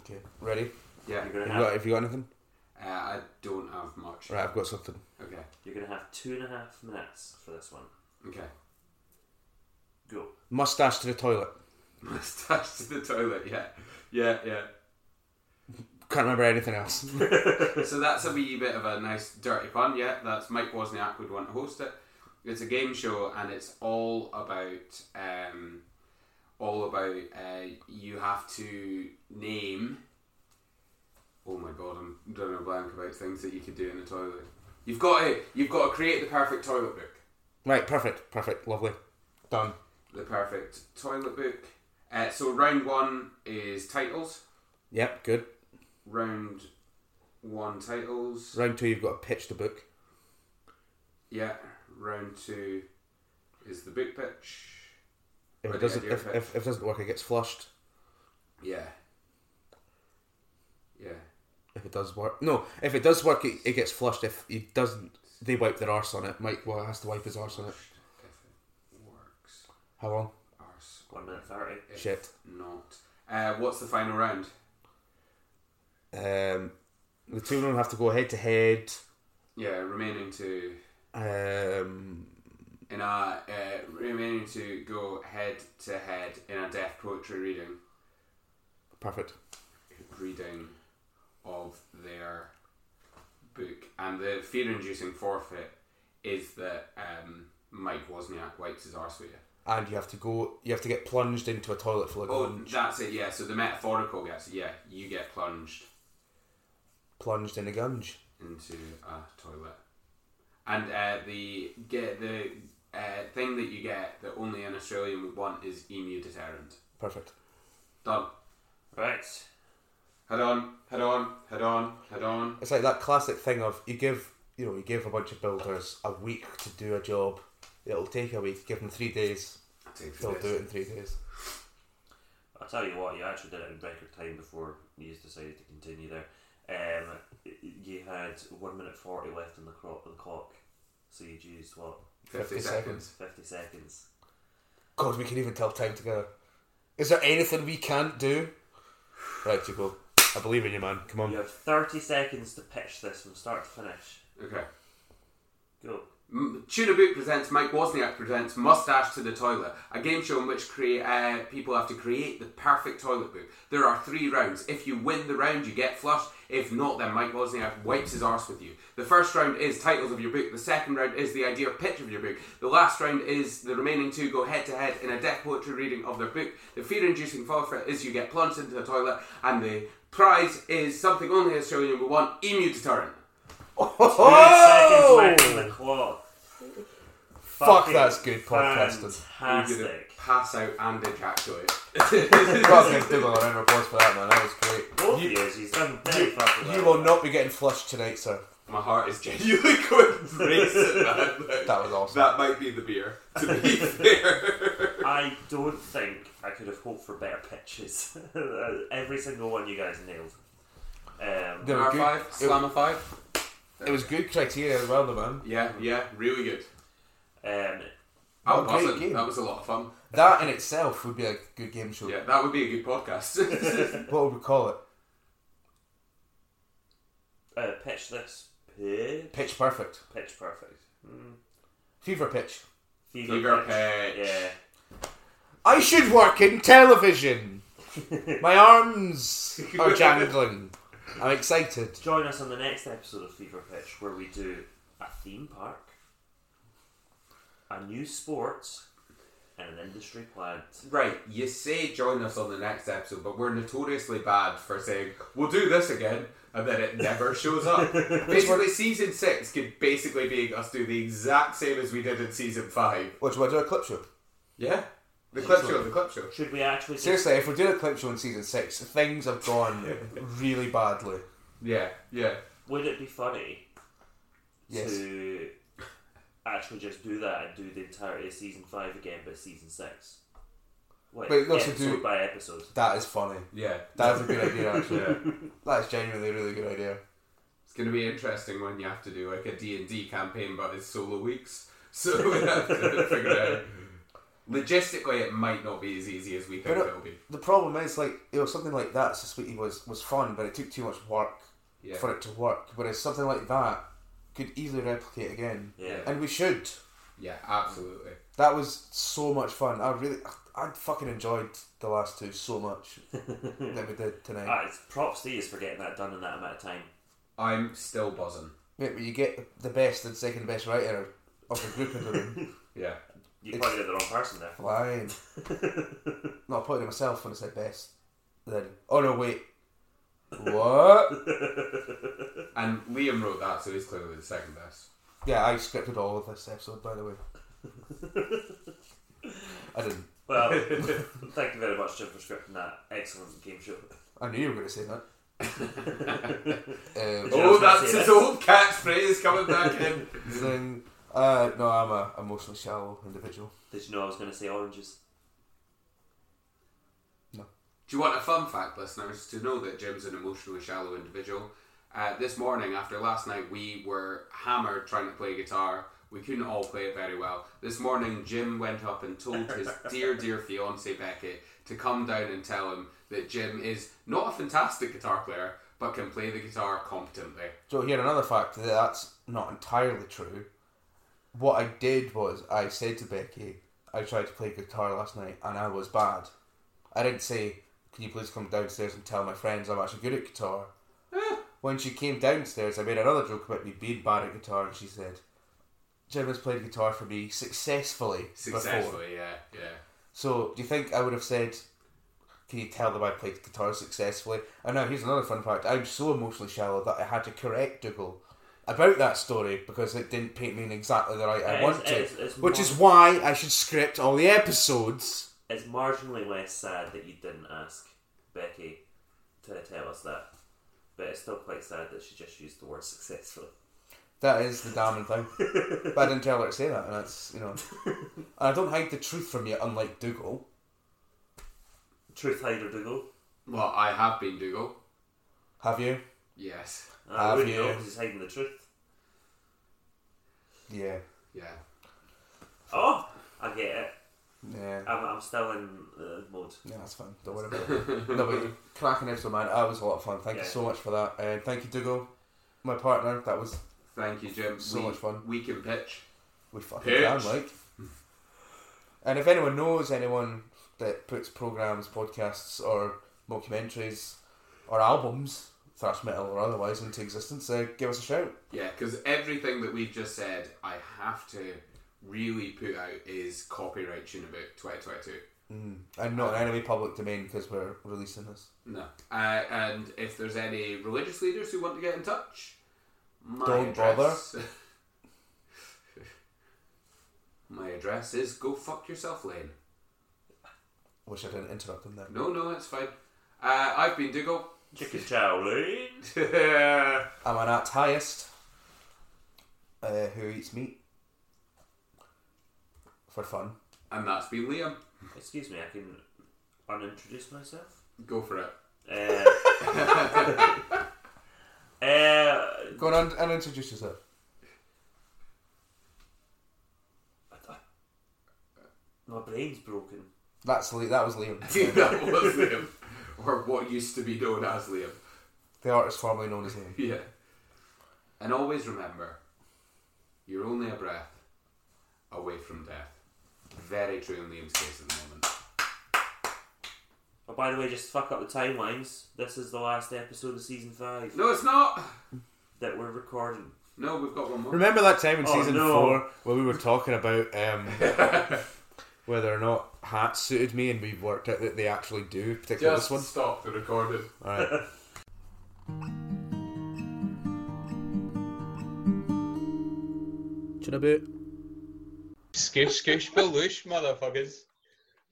[SPEAKER 2] Okay. Ready?
[SPEAKER 1] Yeah.
[SPEAKER 3] You're going
[SPEAKER 2] Have you
[SPEAKER 3] to
[SPEAKER 2] got,
[SPEAKER 3] have,
[SPEAKER 2] have you got anything?
[SPEAKER 1] Uh, I don't have much.
[SPEAKER 2] Right, I've got something.
[SPEAKER 1] Okay,
[SPEAKER 3] you're gonna have two and a half minutes for this one.
[SPEAKER 1] okay. <laughs>
[SPEAKER 3] Go.
[SPEAKER 2] Mustache to the toilet.
[SPEAKER 1] Mustache to the toilet, yeah. Yeah, yeah.
[SPEAKER 2] Can't remember anything else.
[SPEAKER 1] So that's a wee bit of a nice dirty pun, yeah. That's Mike Wozniak would want to host it. It's a game show and it's all about um, all about uh, you have to name Oh my god, I'm drawing a blank about things that you could do in the toilet. You've got to you've got to create the perfect toilet book.
[SPEAKER 2] right. Perfect. Perfect. Lovely. Done.
[SPEAKER 1] The perfect toilet book. Uh, so round one is titles.
[SPEAKER 2] Yep. Good.
[SPEAKER 1] Round one titles.
[SPEAKER 2] Round two, you've got to pitch the book.
[SPEAKER 1] Yeah, round two is the book pitch.
[SPEAKER 2] If
[SPEAKER 1] Or
[SPEAKER 2] it
[SPEAKER 1] the
[SPEAKER 2] doesn't,
[SPEAKER 1] idea
[SPEAKER 2] if,
[SPEAKER 1] pitch.
[SPEAKER 2] if, if it doesn't work, it gets flushed.
[SPEAKER 1] Yeah. Yeah.
[SPEAKER 2] If it does work, no. If it does work, it, it gets flushed. If it doesn't, they wipe their arse on it. Mike well, has to wipe his arse on it.
[SPEAKER 1] If it works,
[SPEAKER 2] How long?
[SPEAKER 1] arse.
[SPEAKER 3] One minute thirty.
[SPEAKER 1] If
[SPEAKER 2] Shit.
[SPEAKER 1] Not. Uh, what's the final round?
[SPEAKER 2] Um, the two of them have to go head to head.
[SPEAKER 1] Yeah, remaining to
[SPEAKER 2] Um,
[SPEAKER 1] in a uh, remaining to go head to head in a deaf poetry reading
[SPEAKER 2] perfect.
[SPEAKER 1] reading of their book, and the fear-inducing forfeit is that um, Mike Wozniak wipes his arse with you.
[SPEAKER 2] And you have to go. You have to get plunged into a toilet full of
[SPEAKER 1] Oh,
[SPEAKER 2] grunge.
[SPEAKER 1] that's it. Yeah. So the metaphorical gets yeah. You get plunged
[SPEAKER 2] plunged in a gunge.
[SPEAKER 1] into a toilet, and uh, the get the uh, thing that you get that only an Australian would want is emu deterrent.
[SPEAKER 2] Perfect.
[SPEAKER 1] Done.
[SPEAKER 3] Right.
[SPEAKER 1] Head on. Head on. Head on. Head on.
[SPEAKER 2] It's like that classic thing of you give you know you give a bunch of builders a week to do a job. It'll take a week. Give them three days.
[SPEAKER 1] Take
[SPEAKER 2] They'll
[SPEAKER 1] this.
[SPEAKER 2] do it in three days.
[SPEAKER 3] I tell you what, you actually did it in record time before you decided to continue there. Um, you had one minute forty left on the, cro- the clock, so you'd used what
[SPEAKER 1] 50,
[SPEAKER 2] 50
[SPEAKER 1] seconds.
[SPEAKER 3] fifty seconds.
[SPEAKER 2] God, we can even tell time together. Is there anything we can't do? Right, you go. I believe in you, man. Come on.
[SPEAKER 3] You have thirty seconds to pitch this from start to finish.
[SPEAKER 1] Okay.
[SPEAKER 3] Go.
[SPEAKER 1] M- Tuna Boot presents Mike Wozniak presents Mustache to the Toilet, a game show in which crea- uh, people have to create the perfect toilet boot. There are three rounds. If you win the round, you get flushed. If not, then Mike Wozniak wipes his arse with you. The first round is titles of your book. The second round is the idea pitch of your book. The last round is the remaining two go head to head in a death poetry reading of their book. The fear-inducing fall for it is you get plunged into the toilet, and the prize is something only Australia will want: emu deterrent.
[SPEAKER 3] Oh! seconds left on the clock.
[SPEAKER 2] Fuck,
[SPEAKER 3] Fucking
[SPEAKER 2] that's good podcasting.
[SPEAKER 1] You're gonna
[SPEAKER 3] Fantastic.
[SPEAKER 1] pass out and
[SPEAKER 3] <laughs>
[SPEAKER 1] ejaculate.
[SPEAKER 2] Fucking give him a round of applause for that, man. That was
[SPEAKER 3] Both
[SPEAKER 2] great. You,
[SPEAKER 3] of yous, he's done very fucking well.
[SPEAKER 2] you will not be getting flushed tonight, sir.
[SPEAKER 1] My heart is genuinely <laughs> going racing. man. Like,
[SPEAKER 2] That was awesome.
[SPEAKER 1] that might be the beer. To
[SPEAKER 3] <laughs>
[SPEAKER 1] be fair,
[SPEAKER 3] I don't think I could have hoped for better pitches. <laughs> Every single one you guys nailed. Um,
[SPEAKER 2] They were
[SPEAKER 1] R
[SPEAKER 2] good.
[SPEAKER 1] five,
[SPEAKER 2] It-
[SPEAKER 1] slam a five.
[SPEAKER 2] It was good criteria as well, though, man.
[SPEAKER 1] Yeah, yeah, really good.
[SPEAKER 3] um,
[SPEAKER 1] I
[SPEAKER 2] What a great
[SPEAKER 1] was
[SPEAKER 2] game.
[SPEAKER 1] That was a lot of fun.
[SPEAKER 2] That in itself would be a good game show.
[SPEAKER 1] Yeah, that would be a good
[SPEAKER 3] <laughs>
[SPEAKER 1] podcast. <laughs>
[SPEAKER 2] What would we call it?
[SPEAKER 3] uh, pitch this. Pitch,
[SPEAKER 2] Pitch perfect.
[SPEAKER 3] pitch perfect.
[SPEAKER 2] Fever pitch.
[SPEAKER 3] Fever,
[SPEAKER 1] Fever pitch.
[SPEAKER 3] Yeah.
[SPEAKER 2] I should work in television. My arms are jangling. I'm excited.
[SPEAKER 3] Join us on the next episode of Fever Pitch where we do a theme park, a new sport, and an industry plant.
[SPEAKER 1] Right, you say join us on the next episode, but we're notoriously bad for saying we'll do this again, and then it never
[SPEAKER 2] <laughs>
[SPEAKER 1] shows up. basically, season six could basically be us do the exact same as we did in season five.
[SPEAKER 2] What, do I do a clip show?
[SPEAKER 1] Yeah, the clip show, the clip show.
[SPEAKER 3] Should we actually just
[SPEAKER 2] Seriously, if we're doing a clip show in season six, things have gone really badly.
[SPEAKER 1] Yeah, yeah.
[SPEAKER 3] Would it be funny
[SPEAKER 2] Yes.
[SPEAKER 3] to actually just do that and do the entirety of season five again, but season six? Wait,
[SPEAKER 2] Wait, no, so
[SPEAKER 3] episode
[SPEAKER 2] do-
[SPEAKER 3] by episode.
[SPEAKER 2] That is funny.
[SPEAKER 1] Yeah.
[SPEAKER 2] That's a good idea, actually. <laughs>
[SPEAKER 1] yeah.
[SPEAKER 2] That is genuinely a really good idea.
[SPEAKER 1] It's going to be interesting when you have to do like a D&D campaign but it's solo weeks. <laughs> So we have to figure
[SPEAKER 2] <laughs>
[SPEAKER 1] it out. Logistically, it might not be as easy as we think
[SPEAKER 2] But uh, it-
[SPEAKER 1] it'll be.
[SPEAKER 2] The problem is, like, you know, something like that, so Sweetie was, was fun, but it took too much work
[SPEAKER 1] Yeah.
[SPEAKER 2] for it to work. Whereas something like that could easily replicate again.
[SPEAKER 3] Yeah.
[SPEAKER 2] And we should.
[SPEAKER 1] Yeah, absolutely.
[SPEAKER 2] That was so much fun. I really, I fucking enjoyed the last two so much that we did tonight.
[SPEAKER 3] Ah, it's props to you for getting that done in that amount of time.
[SPEAKER 1] I'm still buzzing.
[SPEAKER 2] Wait, but you get the best and second best writer of the group in the room.
[SPEAKER 1] Yeah.
[SPEAKER 3] You
[SPEAKER 2] It's-
[SPEAKER 3] probably got the wrong person there.
[SPEAKER 2] Flying. No, I pointed at myself when I said best. Then, oh no, wait. What?
[SPEAKER 1] And Liam wrote that, so he's clearly the second best.
[SPEAKER 2] yeah, I scripted all of this episode, by the way. I didn't. <laughs>
[SPEAKER 3] well, <laughs> thank you very much, Jim, for scripting that excellent game show.
[SPEAKER 2] I knew you were going to say that. Um,
[SPEAKER 3] Yeah, I
[SPEAKER 1] oh,
[SPEAKER 3] was gonna
[SPEAKER 1] that's
[SPEAKER 3] say
[SPEAKER 1] his
[SPEAKER 3] that.
[SPEAKER 1] old catchphrase coming back in.
[SPEAKER 2] then, uh, no, I'm a emotionally shallow individual.
[SPEAKER 3] Did you know I was going to say oranges?
[SPEAKER 1] Do you want a fun fact, listeners, to know that Jim's an emotionally shallow individual? Uh, this morning, after last night, we were hammered trying to play guitar. We couldn't all play it very well. This morning, Jim went up and told his dear, dear fiancee Becky to come down and tell him that Jim is not a fantastic guitar player, but can play the guitar competently.
[SPEAKER 2] So here another fact that that's not entirely true. What I did was I said to Becky, I tried to play guitar last night and I was bad. I didn't say, "Can you please come downstairs and tell my friends I'm actually good at guitar." when she came downstairs, I made another joke about me being bad at guitar, and she said, "Jim has played guitar for me successfully, before."
[SPEAKER 1] Successfully, yeah, yeah.
[SPEAKER 2] So do you think I would have said? Can you tell them I played guitar successfully? And now here's another fun fact. I'm so emotionally shallow that I had to correct Dougal about that story because it didn't paint me in exactly the right
[SPEAKER 3] It
[SPEAKER 2] I
[SPEAKER 3] is-
[SPEAKER 2] want
[SPEAKER 3] it
[SPEAKER 2] to.
[SPEAKER 3] is- it's
[SPEAKER 2] which is
[SPEAKER 3] mon-
[SPEAKER 2] why I should script all the episodes.
[SPEAKER 3] It's marginally less sad that you didn't ask Becky to tell us that, but it's still quite sad that she just used the word <laughs> successfully.
[SPEAKER 2] That is the damning
[SPEAKER 3] <laughs>
[SPEAKER 2] thing. but I didn't tell her to say that, and that's you know. And I don't hide the truth from you, unlike Dougal.
[SPEAKER 3] Truth Hider Dougal.
[SPEAKER 1] Well, I have been Dougal.
[SPEAKER 2] Have you?
[SPEAKER 1] Yes.
[SPEAKER 3] I
[SPEAKER 2] Have
[SPEAKER 3] wouldn't know
[SPEAKER 2] you?
[SPEAKER 3] 'cause he's hiding the truth.
[SPEAKER 2] Yeah.
[SPEAKER 1] Yeah.
[SPEAKER 3] Oh, I get it.
[SPEAKER 2] Yeah.
[SPEAKER 3] I'm, uh, I'm still in the mode.
[SPEAKER 2] Yeah, that's fun. Don't worry about it. no, but cracking episode, man. That was a lot of fun. Thank you
[SPEAKER 3] Yeah.
[SPEAKER 2] so much for that. And thank you, Dougal, my partner. That was
[SPEAKER 1] Thank you, Jim.
[SPEAKER 2] So much fun.
[SPEAKER 1] We can pitch.
[SPEAKER 2] we fucking
[SPEAKER 1] Pitch.
[SPEAKER 2] can, like. And if anyone knows anyone that puts programs, podcasts, or mockumentaries, or albums, thrash metal or otherwise, into existence, uh, give us a shout.
[SPEAKER 1] Yeah, because everything that we've just said, I have to really put out is copyright Tunabook 2022.
[SPEAKER 2] And not in any way public domain because we're releasing this.
[SPEAKER 1] No. Uh, and if there's any religious leaders who want to get in touch, my
[SPEAKER 2] Don't
[SPEAKER 1] address, bother. <laughs> my address is go fuck yourself, Lane.
[SPEAKER 2] Wish I didn't interrupt them there.
[SPEAKER 1] No, no, it's fine. Uh, I've been Dougal. <laughs>
[SPEAKER 3] Chicken chow, Lane.
[SPEAKER 1] I've
[SPEAKER 2] I'm an at highest uh, who eats meat for fun.
[SPEAKER 1] and that's been Liam.
[SPEAKER 3] Excuse me, I can unintroduce myself.
[SPEAKER 1] Go for it.
[SPEAKER 3] Uh, <laughs> uh,
[SPEAKER 2] Go on and, and introduce yourself.
[SPEAKER 3] my brain's broken.
[SPEAKER 2] That's Li- that was Liam,
[SPEAKER 1] <laughs> that was Liam. Or what used to be known as Liam.
[SPEAKER 2] the artist formerly known as Liam.
[SPEAKER 1] Yeah. And always remember, you're only a breath away from death. Very true in Liam's case at the moment.
[SPEAKER 3] Oh, by the way, just fuck up the timelines. This is the last episode of season five
[SPEAKER 1] No, it's not!
[SPEAKER 3] that we're recording.
[SPEAKER 1] No, we've got one more.
[SPEAKER 2] Remember that time in
[SPEAKER 3] Oh,
[SPEAKER 2] season
[SPEAKER 3] no.
[SPEAKER 2] four where we were talking about um, <laughs> whether or not hats suited me, and we worked out that they actually do, particularly this
[SPEAKER 1] Just
[SPEAKER 2] one.
[SPEAKER 1] stop the recording.
[SPEAKER 2] All right.
[SPEAKER 4] Scoosh, scoosh, baloosh, motherfuckers.